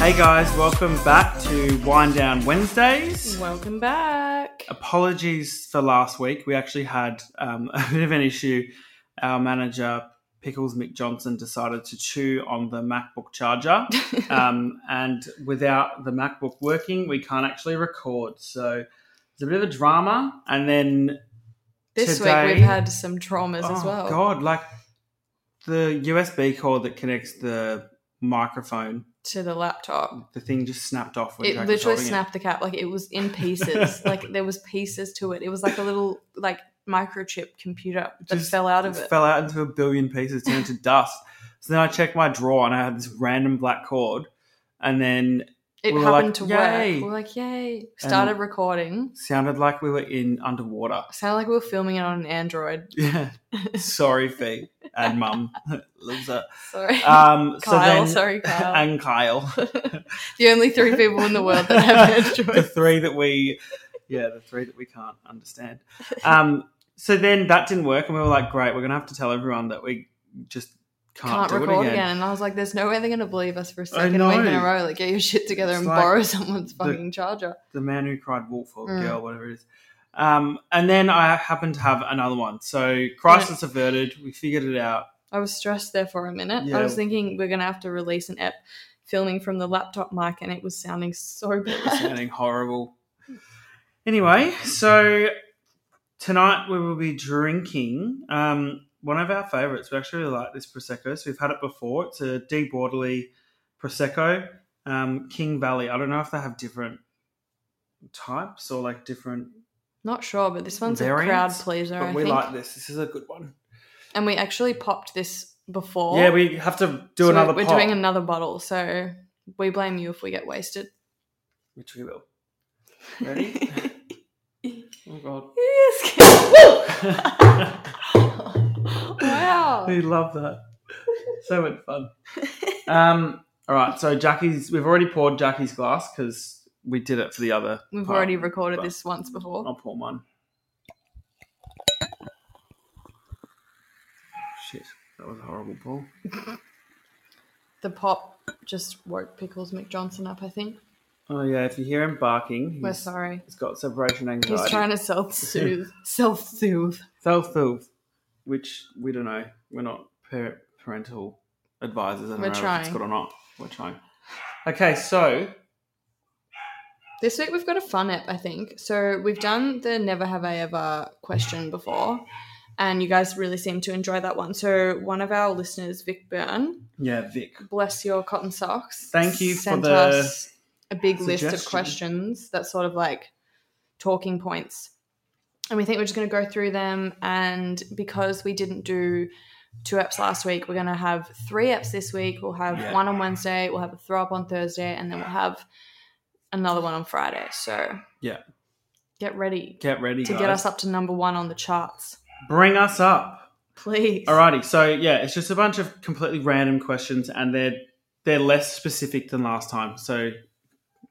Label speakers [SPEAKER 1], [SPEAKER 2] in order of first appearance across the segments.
[SPEAKER 1] Hey guys, welcome back to Wind Down Wednesdays.
[SPEAKER 2] Welcome back.
[SPEAKER 1] Apologies for last week. We actually had um, a bit of an issue. Our manager, Pickles Mick Johnson, decided to chew on the MacBook charger. um, and without the MacBook working, we can't actually record. So it's a bit of a drama. And then
[SPEAKER 2] This
[SPEAKER 1] today-
[SPEAKER 2] week we've had some traumas as
[SPEAKER 1] oh
[SPEAKER 2] well.
[SPEAKER 1] God, like the USB cord that connects the microphone,
[SPEAKER 2] To the laptop.
[SPEAKER 1] the thing just snapped off. when
[SPEAKER 2] It
[SPEAKER 1] Jack was
[SPEAKER 2] literally
[SPEAKER 1] holding it.
[SPEAKER 2] snapped the cap. Like it was in pieces. like there was pieces to it. It was like a little like microchip computer that
[SPEAKER 1] Just
[SPEAKER 2] fell out of it.
[SPEAKER 1] fell out into a billion pieces, turned to dust. So then I checked my drawer and I had this random black cord. And then
[SPEAKER 2] it
[SPEAKER 1] we were
[SPEAKER 2] happened
[SPEAKER 1] like,
[SPEAKER 2] to
[SPEAKER 1] "Yay."
[SPEAKER 2] work. We were like, yay. Started recording.
[SPEAKER 1] sounded like we were in underwater.
[SPEAKER 2] Sounded like we were filming it on an Android.
[SPEAKER 1] Yeah. sorry, Fee and Mum. Loser.
[SPEAKER 2] Sorry.
[SPEAKER 1] Um, so
[SPEAKER 2] Kyle,
[SPEAKER 1] then,
[SPEAKER 2] sorry, Kyle.
[SPEAKER 1] and Kyle.
[SPEAKER 2] the only three people in the world that have
[SPEAKER 1] the
[SPEAKER 2] Android.
[SPEAKER 1] three that we, yeah, the three that we can't understand. Um, so then that didn't work, and we were like, great, we're going to have to tell everyone that we just can't,
[SPEAKER 2] Can't
[SPEAKER 1] do
[SPEAKER 2] record
[SPEAKER 1] it
[SPEAKER 2] again.
[SPEAKER 1] again.
[SPEAKER 2] And I was like, there's no way they're going to believe us for a
[SPEAKER 1] I
[SPEAKER 2] second week in
[SPEAKER 1] know.
[SPEAKER 2] a row. Like, get your shit together
[SPEAKER 1] It's
[SPEAKER 2] and
[SPEAKER 1] like
[SPEAKER 2] borrow someone's
[SPEAKER 1] the-
[SPEAKER 2] fucking charger.
[SPEAKER 1] the man who cried wolf or
[SPEAKER 2] Mm.
[SPEAKER 1] girl, whatever it is. Um, and then I happen to have another one. So crisis averted. We figured it out.
[SPEAKER 2] I was stressed there for a minute.
[SPEAKER 1] Yeah.
[SPEAKER 2] I was thinking we're gonna have to release an app filming from the laptop mic, and it was sounding so bad.
[SPEAKER 1] Sounding horrible. Anyway, so tonight we will be drinking um, one of our favorites. We actually really like this prosecco. So we've had it before. It's a deep orderly prosecco, um, King Valley. I don't know if they have different types or like different,
[SPEAKER 2] Not sure, but this one's a crowd
[SPEAKER 1] Variants?
[SPEAKER 2] pleaser,
[SPEAKER 1] but
[SPEAKER 2] I
[SPEAKER 1] we
[SPEAKER 2] think.
[SPEAKER 1] like this. This is a good one.
[SPEAKER 2] And we actually popped this before.
[SPEAKER 1] Yeah, we have to do
[SPEAKER 2] so
[SPEAKER 1] another.
[SPEAKER 2] We're
[SPEAKER 1] pop.
[SPEAKER 2] doing another bottle, so we blame you if we get wasted.
[SPEAKER 1] Which we will. Ready? oh god.
[SPEAKER 2] wow.
[SPEAKER 1] We love that. So much fun. Um, all right, so Jackie's we've already poured Jackie's glass because we did it for the other.
[SPEAKER 2] We've
[SPEAKER 1] part.
[SPEAKER 2] already recorded this once before.
[SPEAKER 1] I'll pour mine. Shit, that was a horrible pull.
[SPEAKER 2] The pop just woke Pickles McJohnson up, I think.
[SPEAKER 1] Oh yeah, if you hear him barking, he's,
[SPEAKER 2] We're sorry.
[SPEAKER 1] he's got separation anxiety.
[SPEAKER 2] He's trying to self soothe. self soothe.
[SPEAKER 1] self soothe, which we don't know. We're not par- parental advisors. I don't know
[SPEAKER 2] We're
[SPEAKER 1] if it's
[SPEAKER 2] trying.
[SPEAKER 1] good or not. We're trying. Okay, so
[SPEAKER 2] This week we've got a fun app, I think. So we've done the never have I ever question before, and you guys really seem to enjoy that one. So one of our listeners, Vic Byrne,
[SPEAKER 1] yeah, Vic,
[SPEAKER 2] bless your cotton socks.
[SPEAKER 1] Thank you for
[SPEAKER 2] sent
[SPEAKER 1] the
[SPEAKER 2] us a big list of
[SPEAKER 1] suggestion.
[SPEAKER 2] questions that sort of like talking points, and we think we're just going to go through them. And because we didn't do two apps last week, we're going to have three apps this week. We'll have
[SPEAKER 1] Yeah.
[SPEAKER 2] one on Wednesday, we'll have a throw up on Thursday, and then we'll have another one on Friday. So
[SPEAKER 1] Yeah.
[SPEAKER 2] get ready
[SPEAKER 1] get ready
[SPEAKER 2] to
[SPEAKER 1] guys.
[SPEAKER 2] get us up to number one on the charts,
[SPEAKER 1] Bring us up.
[SPEAKER 2] please.
[SPEAKER 1] Alrighty, so yeah, it's just a bunch of completely random questions, and they're they're less specific than last time. So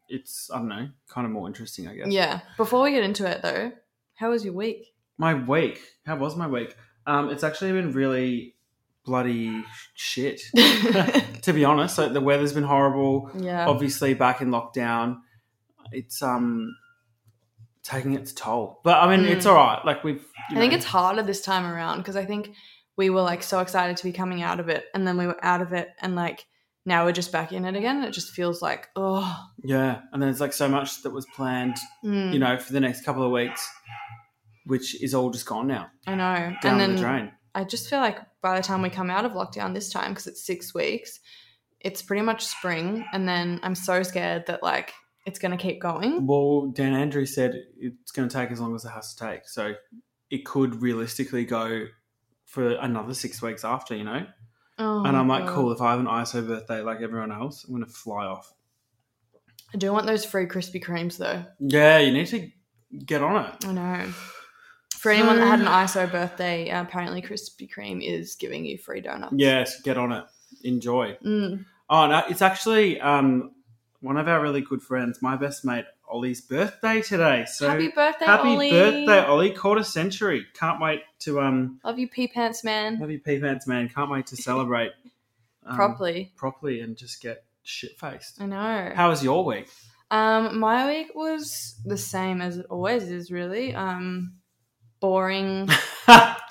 [SPEAKER 1] it's I don't know, kind of more interesting, I guess.
[SPEAKER 2] Yeah. Before we get into it though, how was your week?
[SPEAKER 1] My week. How was my week? Um, it's actually been really bloody shit. to be honest, like the weather's been horrible.
[SPEAKER 2] yeah.
[SPEAKER 1] obviously back in lockdown it's um taking its toll but i mean
[SPEAKER 2] Mm.
[SPEAKER 1] it's all right like we've
[SPEAKER 2] I
[SPEAKER 1] you
[SPEAKER 2] think
[SPEAKER 1] know,
[SPEAKER 2] it's harder this time around because I think we were like so excited to be coming out of it and then we were out of it and like now we're just back in it again. It just feels like, oh,
[SPEAKER 1] yeah and there's like so much that was planned
[SPEAKER 2] mm,
[SPEAKER 1] you know for the next couple of weeks which is all just gone now
[SPEAKER 2] I know.
[SPEAKER 1] down
[SPEAKER 2] and then
[SPEAKER 1] the drain
[SPEAKER 2] I just feel like by the time we come out of lockdown this time, because it's six weeks, it's pretty much spring. And then I'm so scared that like it's going to keep going.
[SPEAKER 1] well dan andrew said it's going to take as long as it has to take so it could realistically go for another six weeks after you know
[SPEAKER 2] Oh
[SPEAKER 1] and
[SPEAKER 2] my
[SPEAKER 1] i'm like
[SPEAKER 2] God.
[SPEAKER 1] cool if i have an iso birthday like everyone else i'm going to fly off
[SPEAKER 2] I do want those free Krispy Kremes though.
[SPEAKER 1] yeah you need to get on it
[SPEAKER 2] I know. For anyone that had an
[SPEAKER 1] So-
[SPEAKER 2] ISO birthday, uh, apparently Krispy Kreme is giving you free donuts.
[SPEAKER 1] Yes, get on it. Enjoy.
[SPEAKER 2] Mm.
[SPEAKER 1] Oh, no, it's actually um, one of our really good friends, my best mate Ollie's birthday today. So
[SPEAKER 2] happy birthday,
[SPEAKER 1] happy
[SPEAKER 2] Ollie.
[SPEAKER 1] birthday, Ollie! Quarter century. Can't wait to um,
[SPEAKER 2] Love you, pee pants man.
[SPEAKER 1] love you, pants man. Can't wait to celebrate um,
[SPEAKER 2] Properly.
[SPEAKER 1] properly, and just get shit faced.
[SPEAKER 2] I know.
[SPEAKER 1] How was your week?
[SPEAKER 2] Um, my week was the same as it always is, really. Um, boring.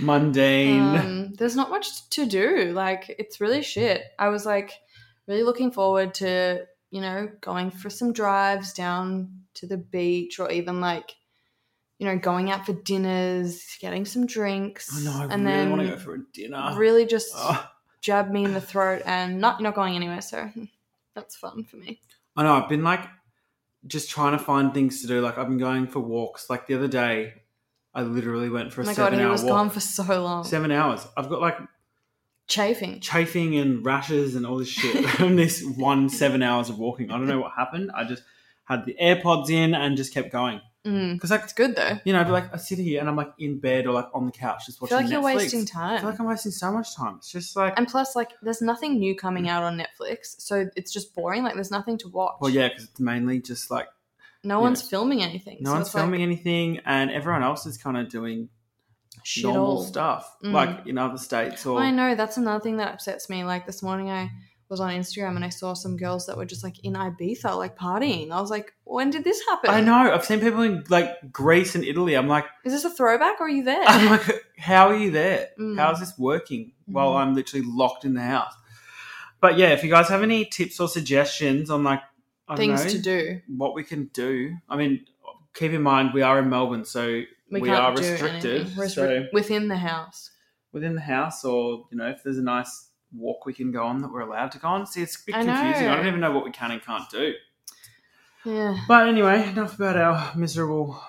[SPEAKER 1] Mundane.
[SPEAKER 2] um, there's not much to do. Like, it's really shit. I was like really looking forward to, you know, going for some drives down to the beach or even like, you know, going out for dinners, getting some drinks.
[SPEAKER 1] oh no, I really
[SPEAKER 2] and then
[SPEAKER 1] want to go for a dinner.
[SPEAKER 2] really just
[SPEAKER 1] Oh,
[SPEAKER 2] jab me in the throat and not not going anywhere. So that's fun for me.
[SPEAKER 1] I know. I've been like just trying to find things to do. Like I've been going for walks. Like the other day, I literally went for
[SPEAKER 2] Oh
[SPEAKER 1] a
[SPEAKER 2] my god,
[SPEAKER 1] seven
[SPEAKER 2] he
[SPEAKER 1] hour
[SPEAKER 2] was
[SPEAKER 1] walk.
[SPEAKER 2] gone for so long.
[SPEAKER 1] Seven hours. I've got like
[SPEAKER 2] Chafing.
[SPEAKER 1] chafing and rashes and all this shit from this one seven hours of walking. I don't know what happened. I just had the AirPods in and just kept going.
[SPEAKER 2] Mm.
[SPEAKER 1] Because like
[SPEAKER 2] It's good though.
[SPEAKER 1] you know, I'd be like I sit here and I'm like in bed or like on the couch just
[SPEAKER 2] I
[SPEAKER 1] watching
[SPEAKER 2] feel like you're
[SPEAKER 1] Netflix.
[SPEAKER 2] wasting
[SPEAKER 1] I feel
[SPEAKER 2] time.
[SPEAKER 1] like I'm wasting so much time. It's just like
[SPEAKER 2] And plus, like, there's nothing new coming out on Netflix, so it's just boring. Like, there's nothing to watch.
[SPEAKER 1] well, yeah, because it's mainly just like
[SPEAKER 2] No
[SPEAKER 1] yeah.
[SPEAKER 2] one's filming anything.
[SPEAKER 1] no
[SPEAKER 2] so
[SPEAKER 1] one's
[SPEAKER 2] it's like,
[SPEAKER 1] filming anything, and everyone else is kind of doing
[SPEAKER 2] shit
[SPEAKER 1] normal
[SPEAKER 2] all.
[SPEAKER 1] stuff,
[SPEAKER 2] Mm.
[SPEAKER 1] like in other states or
[SPEAKER 2] I know that's another thing that upsets me. Like this morning, I was on Instagram and I saw some girls that were just like in Ibiza, like partying. I was like, when did this happen?
[SPEAKER 1] I know. I've seen people in like Greece and Italy. I'm like,
[SPEAKER 2] Is this a throwback or are you there?
[SPEAKER 1] I'm like, how are you there?
[SPEAKER 2] Mm.
[SPEAKER 1] How is this working while
[SPEAKER 2] Mhm.
[SPEAKER 1] I'm literally locked in the house? But yeah, if you guys have any tips or suggestions on like I don't
[SPEAKER 2] Things
[SPEAKER 1] know,
[SPEAKER 2] to do.
[SPEAKER 1] what we can do, I mean, keep in mind we are in Melbourne, so
[SPEAKER 2] We,
[SPEAKER 1] We
[SPEAKER 2] can't
[SPEAKER 1] are
[SPEAKER 2] do
[SPEAKER 1] restricted,
[SPEAKER 2] anything. We're
[SPEAKER 1] so-
[SPEAKER 2] restric- within the house.
[SPEAKER 1] within the house, or you know, if there's a nice walk we can go on that we're allowed to go on. See, it's a bit
[SPEAKER 2] I
[SPEAKER 1] confusing. I
[SPEAKER 2] know.
[SPEAKER 1] don't even know what we can and can't do.
[SPEAKER 2] Yeah.
[SPEAKER 1] But anyway, enough about our miserable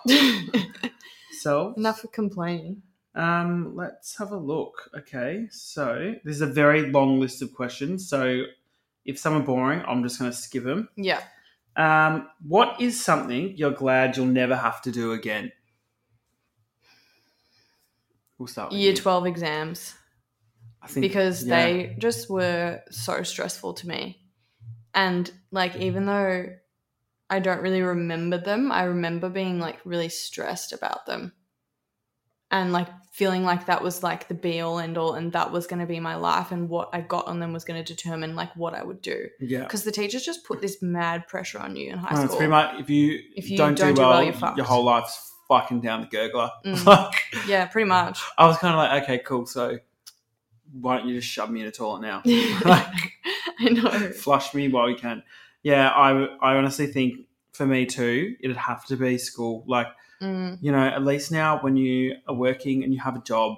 [SPEAKER 1] selves.
[SPEAKER 2] Enough of complaining.
[SPEAKER 1] Um, let's have a look. Okay, so this is a very long list of questions. So if some are boring, I'm just going to skip them.
[SPEAKER 2] Yeah.
[SPEAKER 1] Um, what is something you're glad you'll never have to do again? We'll start. With
[SPEAKER 2] Year
[SPEAKER 1] you.
[SPEAKER 2] 12 exams
[SPEAKER 1] I think
[SPEAKER 2] because
[SPEAKER 1] yeah.
[SPEAKER 2] they just were so stressful to me. And like, even though I don't really remember them, I remember being like really stressed about them and like feeling like that was like the be all end all and that was going to be my life and what I got on them was going to determine like what I would do.
[SPEAKER 1] yeah.
[SPEAKER 2] Because the teachers just put this mad pressure on you in high
[SPEAKER 1] No, Oh, it's
[SPEAKER 2] school.
[SPEAKER 1] pretty much if you
[SPEAKER 2] If you
[SPEAKER 1] don't,
[SPEAKER 2] don't
[SPEAKER 1] do well,
[SPEAKER 2] you're fucked.
[SPEAKER 1] your whole life's fucking down the gurgler.
[SPEAKER 2] Mm.
[SPEAKER 1] Like,
[SPEAKER 2] yeah, pretty much.
[SPEAKER 1] I was kind of like, okay, cool. So why don't you just shove me in a toilet now?
[SPEAKER 2] I know.
[SPEAKER 1] flush me while you can. Yeah, I, I honestly think for me too, it'd have to be school. Like,
[SPEAKER 2] Mm,
[SPEAKER 1] you know, at least now when you are working and you have a job,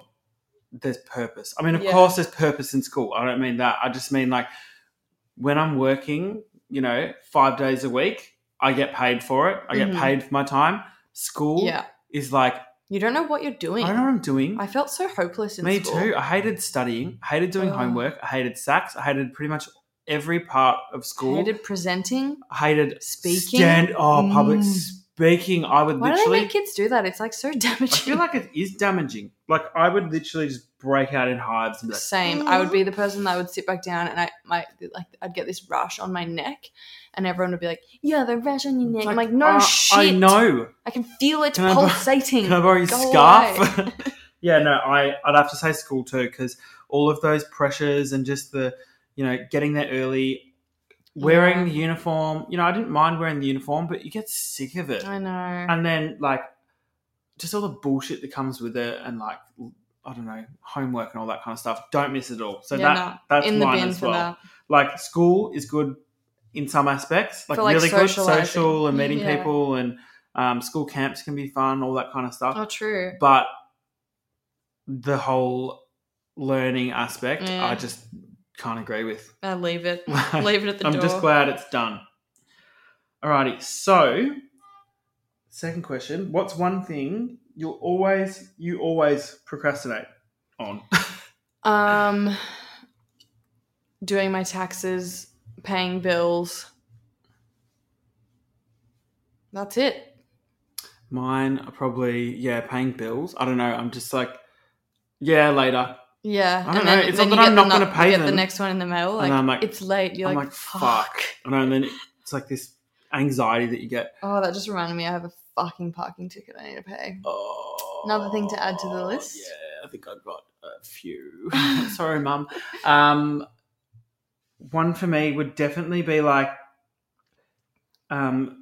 [SPEAKER 1] there's purpose. I mean, of
[SPEAKER 2] Yeah.
[SPEAKER 1] course, there's purpose in school. I don't mean that. I just mean like when I'm working, you know, five days a week, I get paid for it, I get
[SPEAKER 2] Mhm.
[SPEAKER 1] paid for my time. School
[SPEAKER 2] yeah.
[SPEAKER 1] is like,
[SPEAKER 2] You don't know what you're
[SPEAKER 1] I
[SPEAKER 2] doing.
[SPEAKER 1] don't know what I'm doing.
[SPEAKER 2] I felt so hopeless in
[SPEAKER 1] Me
[SPEAKER 2] school.
[SPEAKER 1] too. I hated studying, I hated doing
[SPEAKER 2] Ugh.
[SPEAKER 1] homework, I hated sacks, I hated pretty much every part of school.
[SPEAKER 2] I hated presenting.
[SPEAKER 1] I hated
[SPEAKER 2] Speaking?
[SPEAKER 1] Stand oh, public
[SPEAKER 2] Mm.
[SPEAKER 1] speaking. I would
[SPEAKER 2] Why do
[SPEAKER 1] literally.
[SPEAKER 2] they make kids do that? It's like so
[SPEAKER 1] I
[SPEAKER 2] damaging.
[SPEAKER 1] feel like it is damaging. Like I would literally just break out in hives and be like,
[SPEAKER 2] Same. I would be the person that would sit back down and I might like I'd get this rash on my neck, and everyone would be like, "Yeah, the rash on your neck."
[SPEAKER 1] It's
[SPEAKER 2] I'm
[SPEAKER 1] like,
[SPEAKER 2] like, "No
[SPEAKER 1] "Uh,
[SPEAKER 2] shit.
[SPEAKER 1] I know.
[SPEAKER 2] I can feel it
[SPEAKER 1] Can I borrow-
[SPEAKER 2] pulsating."
[SPEAKER 1] Can I borrow your
[SPEAKER 2] Go
[SPEAKER 1] scarf? yeah, no. I I'd have to say school too because all of those pressures and just the you know getting there early, wearing
[SPEAKER 2] Yeah.
[SPEAKER 1] the uniform. You know, I didn't mind wearing the uniform, but you get sick of it.
[SPEAKER 2] I know.
[SPEAKER 1] and then like just all the bullshit that comes with it and like i don't know homework and all that kind of stuff don't miss it all so that
[SPEAKER 2] Yeah, no,
[SPEAKER 1] that's
[SPEAKER 2] in the
[SPEAKER 1] mine
[SPEAKER 2] bin
[SPEAKER 1] as
[SPEAKER 2] for
[SPEAKER 1] well
[SPEAKER 2] that.
[SPEAKER 1] like school is good in some aspects like,
[SPEAKER 2] For, like,
[SPEAKER 1] really good
[SPEAKER 2] socialising.
[SPEAKER 1] social and meeting
[SPEAKER 2] Yeah.
[SPEAKER 1] people and um, school camps can be fun all that kind of stuff
[SPEAKER 2] Oh, true.
[SPEAKER 1] but the whole learning aspect
[SPEAKER 2] Yeah.
[SPEAKER 1] i just can't agree with
[SPEAKER 2] I leave it. Leave it at the
[SPEAKER 1] I'm
[SPEAKER 2] door.
[SPEAKER 1] just glad it's done. Alrighty, so second question: What's one thing you'll always you always procrastinate on?
[SPEAKER 2] Um, doing my taxes, paying bills. That's it.
[SPEAKER 1] Mine are probably yeah, paying bills. I don't know. I'm just like yeah, later.
[SPEAKER 2] Yeah,
[SPEAKER 1] I don't know, it's not that
[SPEAKER 2] you
[SPEAKER 1] I'm
[SPEAKER 2] get
[SPEAKER 1] not
[SPEAKER 2] the
[SPEAKER 1] gonna
[SPEAKER 2] nu-
[SPEAKER 1] pay
[SPEAKER 2] you get The
[SPEAKER 1] them.
[SPEAKER 2] next one in the mail, like,
[SPEAKER 1] I'm like-
[SPEAKER 2] it's late. You're
[SPEAKER 1] I'm
[SPEAKER 2] like,
[SPEAKER 1] like,
[SPEAKER 2] fuck.
[SPEAKER 1] I don't know. And then it's like this anxiety that you get.
[SPEAKER 2] Oh, that just reminded me. I have a fucking parking ticket I need to pay.
[SPEAKER 1] Oh,
[SPEAKER 2] Another thing to add to the list.
[SPEAKER 1] Yeah, I think I've got a few. Sorry, mum. Um, one for me would definitely be like, um,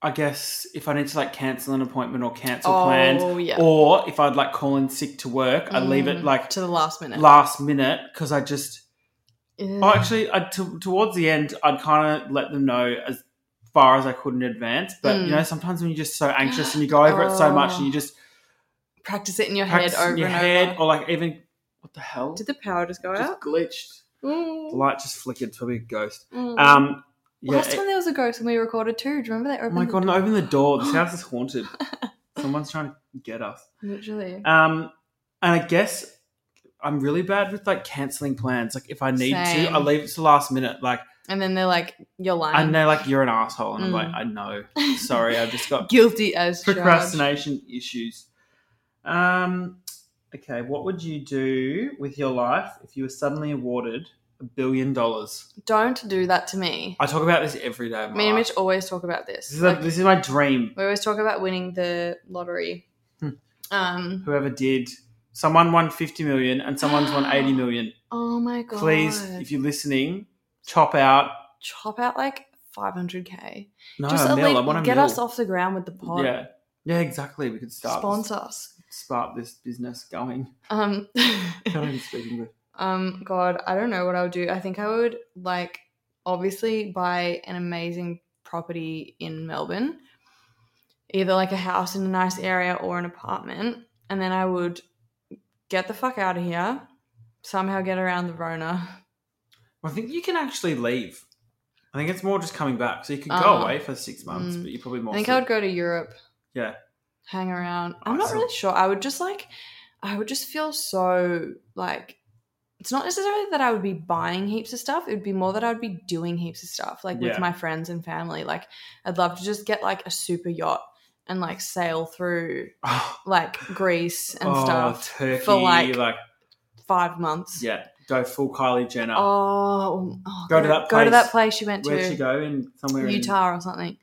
[SPEAKER 1] I guess if I need to like cancel an appointment or cancel plans,
[SPEAKER 2] Oh, yeah.
[SPEAKER 1] or if I'd like call in sick to work, I leave it
[SPEAKER 2] Mm,
[SPEAKER 1] like
[SPEAKER 2] to the last minute.
[SPEAKER 1] last minute because I just.
[SPEAKER 2] Yeah.
[SPEAKER 1] Oh, actually, I, t- towards the end, I'd kind of let them know as far as I could in advance. But
[SPEAKER 2] Mm. Oh.
[SPEAKER 1] you know, sometimes when you're just so anxious and you go over it so much, and you just
[SPEAKER 2] practice it in your head
[SPEAKER 1] practice
[SPEAKER 2] over
[SPEAKER 1] in your
[SPEAKER 2] and
[SPEAKER 1] head,
[SPEAKER 2] over.
[SPEAKER 1] or like even what the hell?
[SPEAKER 2] Did the power just go
[SPEAKER 1] just
[SPEAKER 2] out?
[SPEAKER 1] glitched. The
[SPEAKER 2] Mm.
[SPEAKER 1] light just flickered. It's probably a ghost.
[SPEAKER 2] Mm.
[SPEAKER 1] Um, yeah.
[SPEAKER 2] Last
[SPEAKER 1] it-
[SPEAKER 2] time there was a ghost and we recorded too. Do you remember they
[SPEAKER 1] oh
[SPEAKER 2] opened?
[SPEAKER 1] my
[SPEAKER 2] the
[SPEAKER 1] god! No,
[SPEAKER 2] door?
[SPEAKER 1] open the door. This house is haunted. Someone's trying to get us.
[SPEAKER 2] Literally.
[SPEAKER 1] Um, and I guess I'm really bad with like canceling plans. Like if I need to,
[SPEAKER 2] Same.
[SPEAKER 1] I leave it to last minute. Like.
[SPEAKER 2] And then they're like, "You're lying."
[SPEAKER 1] and they're like, "You're an asshole," and I'm
[SPEAKER 2] Mm.
[SPEAKER 1] like, "I know, sorry, I've just got
[SPEAKER 2] Guilty as charged.
[SPEAKER 1] procrastination issues." Um, okay, what would you do with your life if you were suddenly awarded a billion dollars?
[SPEAKER 2] Don't do that to me.
[SPEAKER 1] I talk about this every day. Of my
[SPEAKER 2] Me and
[SPEAKER 1] life.
[SPEAKER 2] Mitch always talk about this.
[SPEAKER 1] this is,
[SPEAKER 2] Like,
[SPEAKER 1] a, this is my dream.
[SPEAKER 2] we always talk about winning the lottery.
[SPEAKER 1] Hmm.
[SPEAKER 2] Um.
[SPEAKER 1] Whoever did, someone won fifty million, and someone's won eighty million.
[SPEAKER 2] Oh my god.
[SPEAKER 1] Please, if you're listening, chop out.
[SPEAKER 2] chop out like 500k.
[SPEAKER 1] No,
[SPEAKER 2] Just
[SPEAKER 1] a
[SPEAKER 2] at
[SPEAKER 1] mil. I
[SPEAKER 2] least
[SPEAKER 1] want a
[SPEAKER 2] get
[SPEAKER 1] mil.
[SPEAKER 2] us off the ground with the pod.
[SPEAKER 1] Yeah, yeah, exactly. We could start
[SPEAKER 2] Sponsor us.
[SPEAKER 1] start this business going.
[SPEAKER 2] Um.
[SPEAKER 1] I don't even speak English.
[SPEAKER 2] Um, God, I don't know what I would do. I think I would like obviously buy an amazing property in Melbourne, either like a house in a nice area or an apartment, and then I would get the fuck out of here, somehow get around the Rona.
[SPEAKER 1] Well, I think you can actually leave. I think it's more just coming back. So you can go
[SPEAKER 2] Uh-huh.
[SPEAKER 1] away for six months,
[SPEAKER 2] Mm.
[SPEAKER 1] but you're probably
[SPEAKER 2] I
[SPEAKER 1] more.
[SPEAKER 2] think
[SPEAKER 1] sort
[SPEAKER 2] I
[SPEAKER 1] of-
[SPEAKER 2] would go to Europe.
[SPEAKER 1] Yeah.
[SPEAKER 2] Hang around.
[SPEAKER 1] Oh,
[SPEAKER 2] I'm not
[SPEAKER 1] so-
[SPEAKER 2] really sure. I would just like, I would just feel so like, it's not necessarily that I would be buying heaps of stuff. It would be more that I would be doing heaps of stuff, like
[SPEAKER 1] Yeah.
[SPEAKER 2] with my friends and family. Like, I'd love to just get like a super yacht and like sail through
[SPEAKER 1] Oh,
[SPEAKER 2] like Greece and
[SPEAKER 1] oh,
[SPEAKER 2] stuff
[SPEAKER 1] Turkey,
[SPEAKER 2] for like,
[SPEAKER 1] like
[SPEAKER 2] five months.
[SPEAKER 1] yeah, go full Kylie Jenner.
[SPEAKER 2] Oh, oh,
[SPEAKER 1] Go to that
[SPEAKER 2] Go to
[SPEAKER 1] place.
[SPEAKER 2] that place you went
[SPEAKER 1] Where'd she
[SPEAKER 2] to,
[SPEAKER 1] go in somewhere in-
[SPEAKER 2] Utah or something.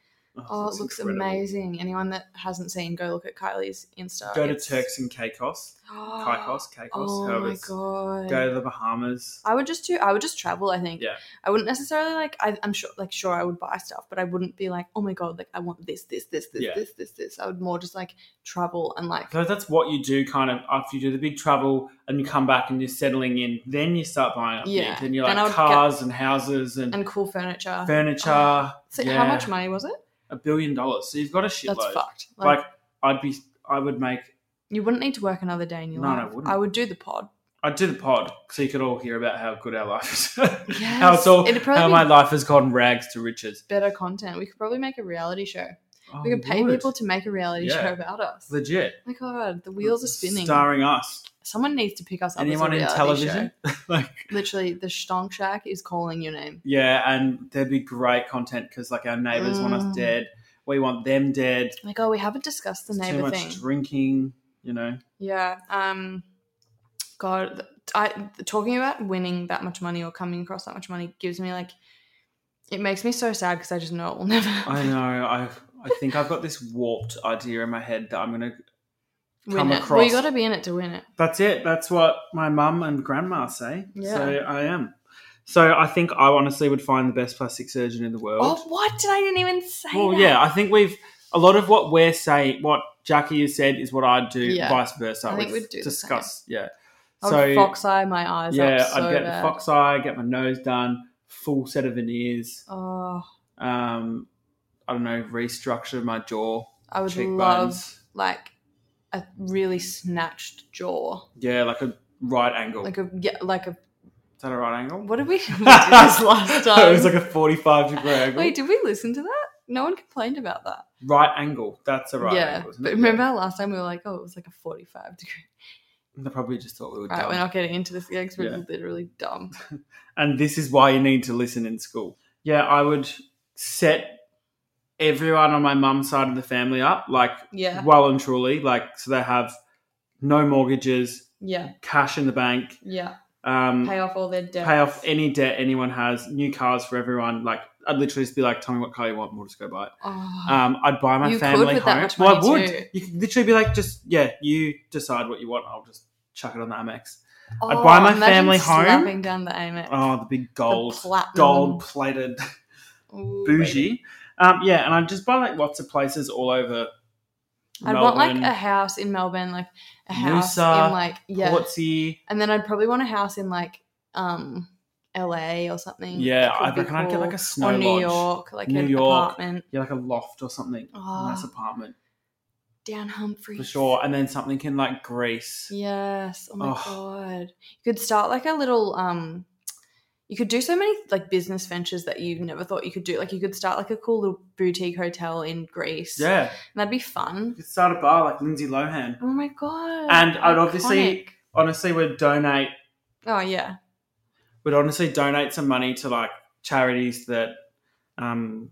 [SPEAKER 2] Oh,
[SPEAKER 1] it's
[SPEAKER 2] it looks
[SPEAKER 1] incredible.
[SPEAKER 2] amazing. Anyone that hasn't seen, go look at Kylie's Insta.
[SPEAKER 1] Go to
[SPEAKER 2] It's-
[SPEAKER 1] Turks and Caicos, Caicos, Caicos.
[SPEAKER 2] Oh
[SPEAKER 1] however
[SPEAKER 2] my
[SPEAKER 1] it's-
[SPEAKER 2] god.
[SPEAKER 1] Go to the Bahamas.
[SPEAKER 2] I would just do. I would just travel. I think.
[SPEAKER 1] Yeah.
[SPEAKER 2] I wouldn't necessarily like. I, I'm sure. Like, sure, I would buy stuff, but I wouldn't be like, oh my god, like I want this, this, this, this,
[SPEAKER 1] Yeah.
[SPEAKER 2] this, this, this. I would more just like travel and like.
[SPEAKER 1] So that's what you do, kind of after you do the big travel and you come back and you're settling in. Then you start buying up
[SPEAKER 2] Yeah.
[SPEAKER 1] big, and you're
[SPEAKER 2] Then I
[SPEAKER 1] like
[SPEAKER 2] would get-
[SPEAKER 1] cars and houses and,
[SPEAKER 2] And cool furniture.
[SPEAKER 1] furniture.
[SPEAKER 2] so
[SPEAKER 1] yeah.
[SPEAKER 2] how much money was it?
[SPEAKER 1] a billion dollars. So you've got a shitload.
[SPEAKER 2] That's fucked. Like,
[SPEAKER 1] Like, I'd be, I would make,
[SPEAKER 2] you wouldn't need to work another day in your
[SPEAKER 1] No,
[SPEAKER 2] life.
[SPEAKER 1] no, I wouldn't.
[SPEAKER 2] I would do the pod.
[SPEAKER 1] I'd do the pod so you could all hear about how good our life is.
[SPEAKER 2] Yes.
[SPEAKER 1] how it's all,
[SPEAKER 2] It'd probably
[SPEAKER 1] how
[SPEAKER 2] be
[SPEAKER 1] my life has gone rags to riches.
[SPEAKER 2] better content. We could probably make a reality show.
[SPEAKER 1] Oh,
[SPEAKER 2] we could pay
[SPEAKER 1] would.
[SPEAKER 2] people to make a reality
[SPEAKER 1] Yeah.
[SPEAKER 2] show about us. Oh
[SPEAKER 1] legit.
[SPEAKER 2] my god, the wheels are spinning.
[SPEAKER 1] Starring us.
[SPEAKER 2] Someone needs to pick us up. as a
[SPEAKER 1] Anyone in
[SPEAKER 2] reality
[SPEAKER 1] television?
[SPEAKER 2] show.
[SPEAKER 1] like,
[SPEAKER 2] Literally, the Stonk Shack is calling your name.
[SPEAKER 1] yeah, and there'd be great content because like our neighbors want us
[SPEAKER 2] Mm.
[SPEAKER 1] dead. We want them dead.
[SPEAKER 2] Like, oh, we haven't discussed the
[SPEAKER 1] It's too
[SPEAKER 2] neighbor
[SPEAKER 1] much
[SPEAKER 2] thing.
[SPEAKER 1] drinking. You know,
[SPEAKER 2] yeah. Um. God, th- I talking about winning that much money or coming across that much money gives me like, it makes me so sad because I just know it will never.
[SPEAKER 1] I know. I I think I've got this warped idea in my head that I'm gonna
[SPEAKER 2] win
[SPEAKER 1] come
[SPEAKER 2] it. Well,
[SPEAKER 1] across-
[SPEAKER 2] you got to be in it to win it.
[SPEAKER 1] That's it. That's what my mum and grandma say.
[SPEAKER 2] Yeah.
[SPEAKER 1] So I am. So I think I honestly would find the best plastic surgeon in the world.
[SPEAKER 2] Oh, what did I didn't even say?
[SPEAKER 1] well,
[SPEAKER 2] that.
[SPEAKER 1] yeah. I think we've a lot of what we're saying, what Jackie has said, is what I'd do.
[SPEAKER 2] Yeah.
[SPEAKER 1] Vice versa.
[SPEAKER 2] I think
[SPEAKER 1] We've
[SPEAKER 2] we'd do the
[SPEAKER 1] discussed. Yeah.
[SPEAKER 2] I would
[SPEAKER 1] so
[SPEAKER 2] fox eye my eyes.
[SPEAKER 1] yeah,
[SPEAKER 2] up so
[SPEAKER 1] I'd get
[SPEAKER 2] bad.
[SPEAKER 1] the fox eye, get my nose done, full set of veneers.
[SPEAKER 2] Oh,
[SPEAKER 1] Um, I don't know, restructure my jaw,
[SPEAKER 2] I would
[SPEAKER 1] cheekbones.
[SPEAKER 2] love like a really snatched jaw,
[SPEAKER 1] Yeah, like a right angle.
[SPEAKER 2] like a yeah, like a.
[SPEAKER 1] Is that a right angle?
[SPEAKER 2] What did we, we did this last time?
[SPEAKER 1] Oh, it was like a forty-five degree angle.
[SPEAKER 2] Wait, did we listen to that? No one complained about that.
[SPEAKER 1] Right angle. That's a right
[SPEAKER 2] yeah,
[SPEAKER 1] angle. Isn't
[SPEAKER 2] but
[SPEAKER 1] it?
[SPEAKER 2] remember how last time we were like, oh, it was like a forty-five degree.
[SPEAKER 1] They probably just thought we were
[SPEAKER 2] All right,
[SPEAKER 1] dumb.
[SPEAKER 2] we're not getting into this again because we're
[SPEAKER 1] Yeah.
[SPEAKER 2] literally dumb.
[SPEAKER 1] And this is why you need to listen in school. Yeah, I would set everyone on my mum's side of the family up, like
[SPEAKER 2] Yeah,
[SPEAKER 1] well and truly, like so they have no mortgages,
[SPEAKER 2] yeah,
[SPEAKER 1] cash in the bank,
[SPEAKER 2] yeah.
[SPEAKER 1] um,
[SPEAKER 2] Pay off all their debt.
[SPEAKER 1] pay off any debt anyone has, new cars for everyone. Like I'd literally just be like, "Tell me what car you want, we'll just go buy it."
[SPEAKER 2] Oh,
[SPEAKER 1] Um, I'd buy my
[SPEAKER 2] You could
[SPEAKER 1] family
[SPEAKER 2] with that
[SPEAKER 1] home.
[SPEAKER 2] much
[SPEAKER 1] well, I
[SPEAKER 2] money
[SPEAKER 1] would.
[SPEAKER 2] too.
[SPEAKER 1] You could literally be like, just yeah, you decide what you want. I'll just chuck it on the Amex.
[SPEAKER 2] Oh,
[SPEAKER 1] I'd buy my
[SPEAKER 2] imagine
[SPEAKER 1] family home.
[SPEAKER 2] slapping down the Amex.
[SPEAKER 1] Oh, the big
[SPEAKER 2] The
[SPEAKER 1] gold,
[SPEAKER 2] platinum.
[SPEAKER 1] gold plated
[SPEAKER 2] Ooh, baby.
[SPEAKER 1] bougie. Um, yeah, and I'd just buy like lots of places all over.
[SPEAKER 2] I'd want like a
[SPEAKER 1] Melbourne,
[SPEAKER 2] house in Melbourne, like a house
[SPEAKER 1] Noosa,
[SPEAKER 2] in like yeah,
[SPEAKER 1] Portsea.
[SPEAKER 2] and then I'd probably want a house in like um LA or something.
[SPEAKER 1] Yeah,
[SPEAKER 2] That
[SPEAKER 1] I
[SPEAKER 2] could be
[SPEAKER 1] reckon I'd get like
[SPEAKER 2] cool.
[SPEAKER 1] a snow
[SPEAKER 2] or New
[SPEAKER 1] lodge.
[SPEAKER 2] York, like
[SPEAKER 1] New
[SPEAKER 2] an
[SPEAKER 1] York.
[SPEAKER 2] apartment
[SPEAKER 1] Yeah, like a loft or something.
[SPEAKER 2] Oh.
[SPEAKER 1] A nice apartment
[SPEAKER 2] down Humphreys
[SPEAKER 1] for sure. And then something in like Greece.
[SPEAKER 2] Yes. Oh my
[SPEAKER 1] Oh.
[SPEAKER 2] god. You could start like a little um you could do so many like business ventures that you never thought you could do. Like you could start like a cool little boutique hotel in Greece.
[SPEAKER 1] Yeah,
[SPEAKER 2] And that'd be
[SPEAKER 1] you
[SPEAKER 2] fun.
[SPEAKER 1] could start a bar like Lindsay Lohan.
[SPEAKER 2] Oh my god.
[SPEAKER 1] And I'd obviously-
[SPEAKER 2] Iconic.
[SPEAKER 1] Honestly, would donate
[SPEAKER 2] Oh yeah.
[SPEAKER 1] would honestly donate some money to like charities that um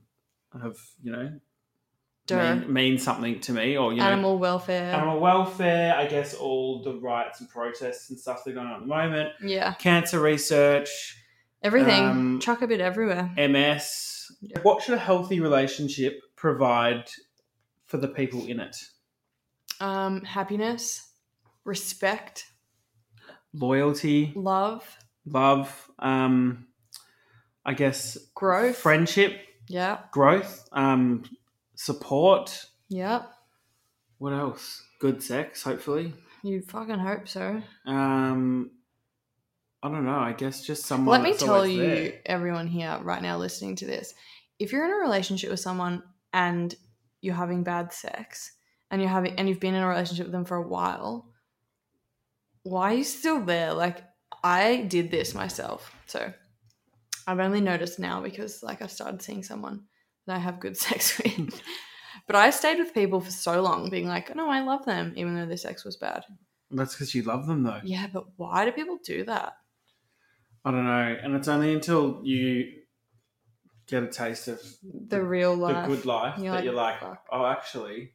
[SPEAKER 1] have you know
[SPEAKER 2] Duh.
[SPEAKER 1] mean, mean something to me or you know
[SPEAKER 2] Animal welfare.
[SPEAKER 1] animal welfare i guess all the riots and protests and stuff that are going on at the moment
[SPEAKER 2] yeah.
[SPEAKER 1] cancer research
[SPEAKER 2] Everything.
[SPEAKER 1] Um,
[SPEAKER 2] Chuck a bit everywhere.
[SPEAKER 1] ms
[SPEAKER 2] Yeah.
[SPEAKER 1] what should a healthy relationship provide for the people in it
[SPEAKER 2] Um happiness, respect,
[SPEAKER 1] loyalty
[SPEAKER 2] love,
[SPEAKER 1] love um i guess
[SPEAKER 2] growth.
[SPEAKER 1] friendship
[SPEAKER 2] yeah.
[SPEAKER 1] growth um support
[SPEAKER 2] Yeah.
[SPEAKER 1] What else? Good sex, hopefully.
[SPEAKER 2] You fucking hope so.
[SPEAKER 1] Um, I don't know. I guess just someone.
[SPEAKER 2] Let me
[SPEAKER 1] that's
[SPEAKER 2] tell
[SPEAKER 1] always
[SPEAKER 2] you,
[SPEAKER 1] there.
[SPEAKER 2] everyone here right now listening to this, if you're in a relationship with someone and you're having bad sex and you're having and you've been in a relationship with them for a while, why are you still there? Like I did this myself. So I've only noticed now because like I've started seeing someone that I have good sex with. but I stayed with people for so long being like, no, I love them, even though their sex was bad.
[SPEAKER 1] That's because you love them, though.
[SPEAKER 2] Yeah, but why do people do that?
[SPEAKER 1] I don't know. And it's only until you get a taste of
[SPEAKER 2] The real life.
[SPEAKER 1] the good life
[SPEAKER 2] You're
[SPEAKER 1] that
[SPEAKER 2] like,
[SPEAKER 1] you're like,
[SPEAKER 2] "Fuck."
[SPEAKER 1] oh, actually.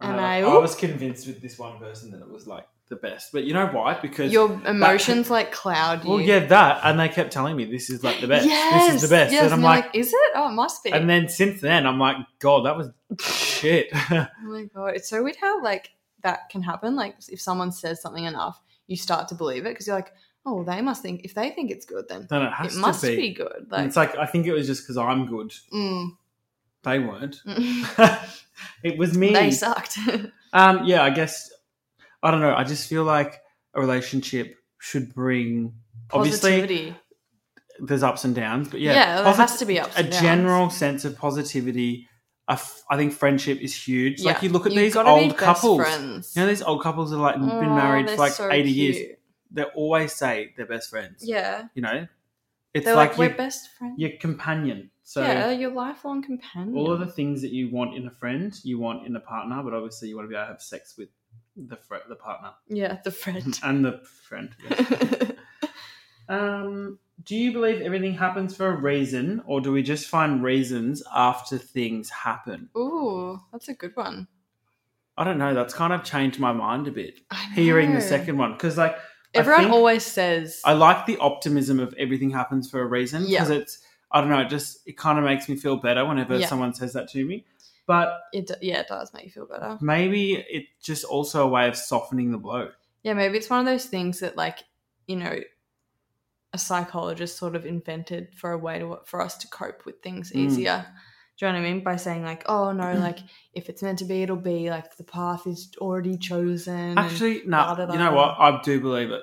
[SPEAKER 2] And
[SPEAKER 1] I,
[SPEAKER 2] I-
[SPEAKER 1] I was convinced with this one person that it was like the best, but you know why? Because
[SPEAKER 2] your emotions like cloud you.
[SPEAKER 1] well, yeah, that, and they kept telling me this is like the best. this is the best,
[SPEAKER 2] Yes,
[SPEAKER 1] and I'm
[SPEAKER 2] you're
[SPEAKER 1] like,
[SPEAKER 2] is it? Oh, it must be.
[SPEAKER 1] and then since then, I'm like, God, that was shit.
[SPEAKER 2] oh my god, it's so weird how like that can happen. Like if someone says something enough, you start to believe it because you're like, oh, they must think if they think it's good, then
[SPEAKER 1] then it
[SPEAKER 2] it
[SPEAKER 1] has
[SPEAKER 2] must
[SPEAKER 1] to
[SPEAKER 2] be.
[SPEAKER 1] be.
[SPEAKER 2] good.
[SPEAKER 1] And
[SPEAKER 2] Like,
[SPEAKER 1] it's like I think it was just because I'm good.
[SPEAKER 2] mm.
[SPEAKER 1] They weren't.
[SPEAKER 2] Mm.
[SPEAKER 1] it was me.
[SPEAKER 2] they sucked.
[SPEAKER 1] Um, yeah, I guess I don't know. I just feel like a relationship should bring obviously
[SPEAKER 2] Positivity.
[SPEAKER 1] there's ups and downs, but yeah,
[SPEAKER 2] Yeah, there
[SPEAKER 1] posit-
[SPEAKER 2] has to be ups
[SPEAKER 1] a
[SPEAKER 2] and downs.
[SPEAKER 1] general sense of positivity. I f- I think friendship is huge.
[SPEAKER 2] Yeah.
[SPEAKER 1] Like you look at
[SPEAKER 2] You've
[SPEAKER 1] these
[SPEAKER 2] gotta be
[SPEAKER 1] old
[SPEAKER 2] best
[SPEAKER 1] couples.
[SPEAKER 2] Friends.
[SPEAKER 1] You know, these old couples that like
[SPEAKER 2] Oh,
[SPEAKER 1] been married
[SPEAKER 2] they're
[SPEAKER 1] for like
[SPEAKER 2] so
[SPEAKER 1] 80 years.
[SPEAKER 2] cute.
[SPEAKER 1] They always say they're best friends.
[SPEAKER 2] Yeah,
[SPEAKER 1] You know, it's
[SPEAKER 2] they're like,
[SPEAKER 1] like,
[SPEAKER 2] we're
[SPEAKER 1] your,
[SPEAKER 2] best friends.
[SPEAKER 1] your companion. So
[SPEAKER 2] yeah, your lifelong companion.
[SPEAKER 1] all of the things that you want in a friend, you want in a partner, but obviously you want to be able to have sex with the fr- the partner
[SPEAKER 2] yeah, the friend.
[SPEAKER 1] and the friend. um, do you believe everything happens for a reason, or do we just find reasons after things happen?
[SPEAKER 2] Ooh, that's a good one.
[SPEAKER 1] I don't know. That's kind of changed my mind a bit
[SPEAKER 2] I know.
[SPEAKER 1] hearing the second one because, like,
[SPEAKER 2] Everyone
[SPEAKER 1] think-
[SPEAKER 2] always says,
[SPEAKER 1] I like the optimism of everything happens for a reason
[SPEAKER 2] Yeah.
[SPEAKER 1] because it's I don't know. It just it kind of makes me feel better whenever
[SPEAKER 2] Yeah.
[SPEAKER 1] someone says that to me. But
[SPEAKER 2] it, d- yeah, it does make you feel better.
[SPEAKER 1] maybe it's just also a way of softening the blow.
[SPEAKER 2] Yeah, maybe it's one of those things that, like, you know, a psychologist sort of invented for a way to for us to cope with things
[SPEAKER 1] Mm. Mm-hmm.
[SPEAKER 2] easier. Do you know what I mean? By saying like, "Oh no, like if it's meant to be, it'll be." Like the path is already chosen. and-
[SPEAKER 1] Actually, no.
[SPEAKER 2] da-da-da.
[SPEAKER 1] You know what? I do believe it.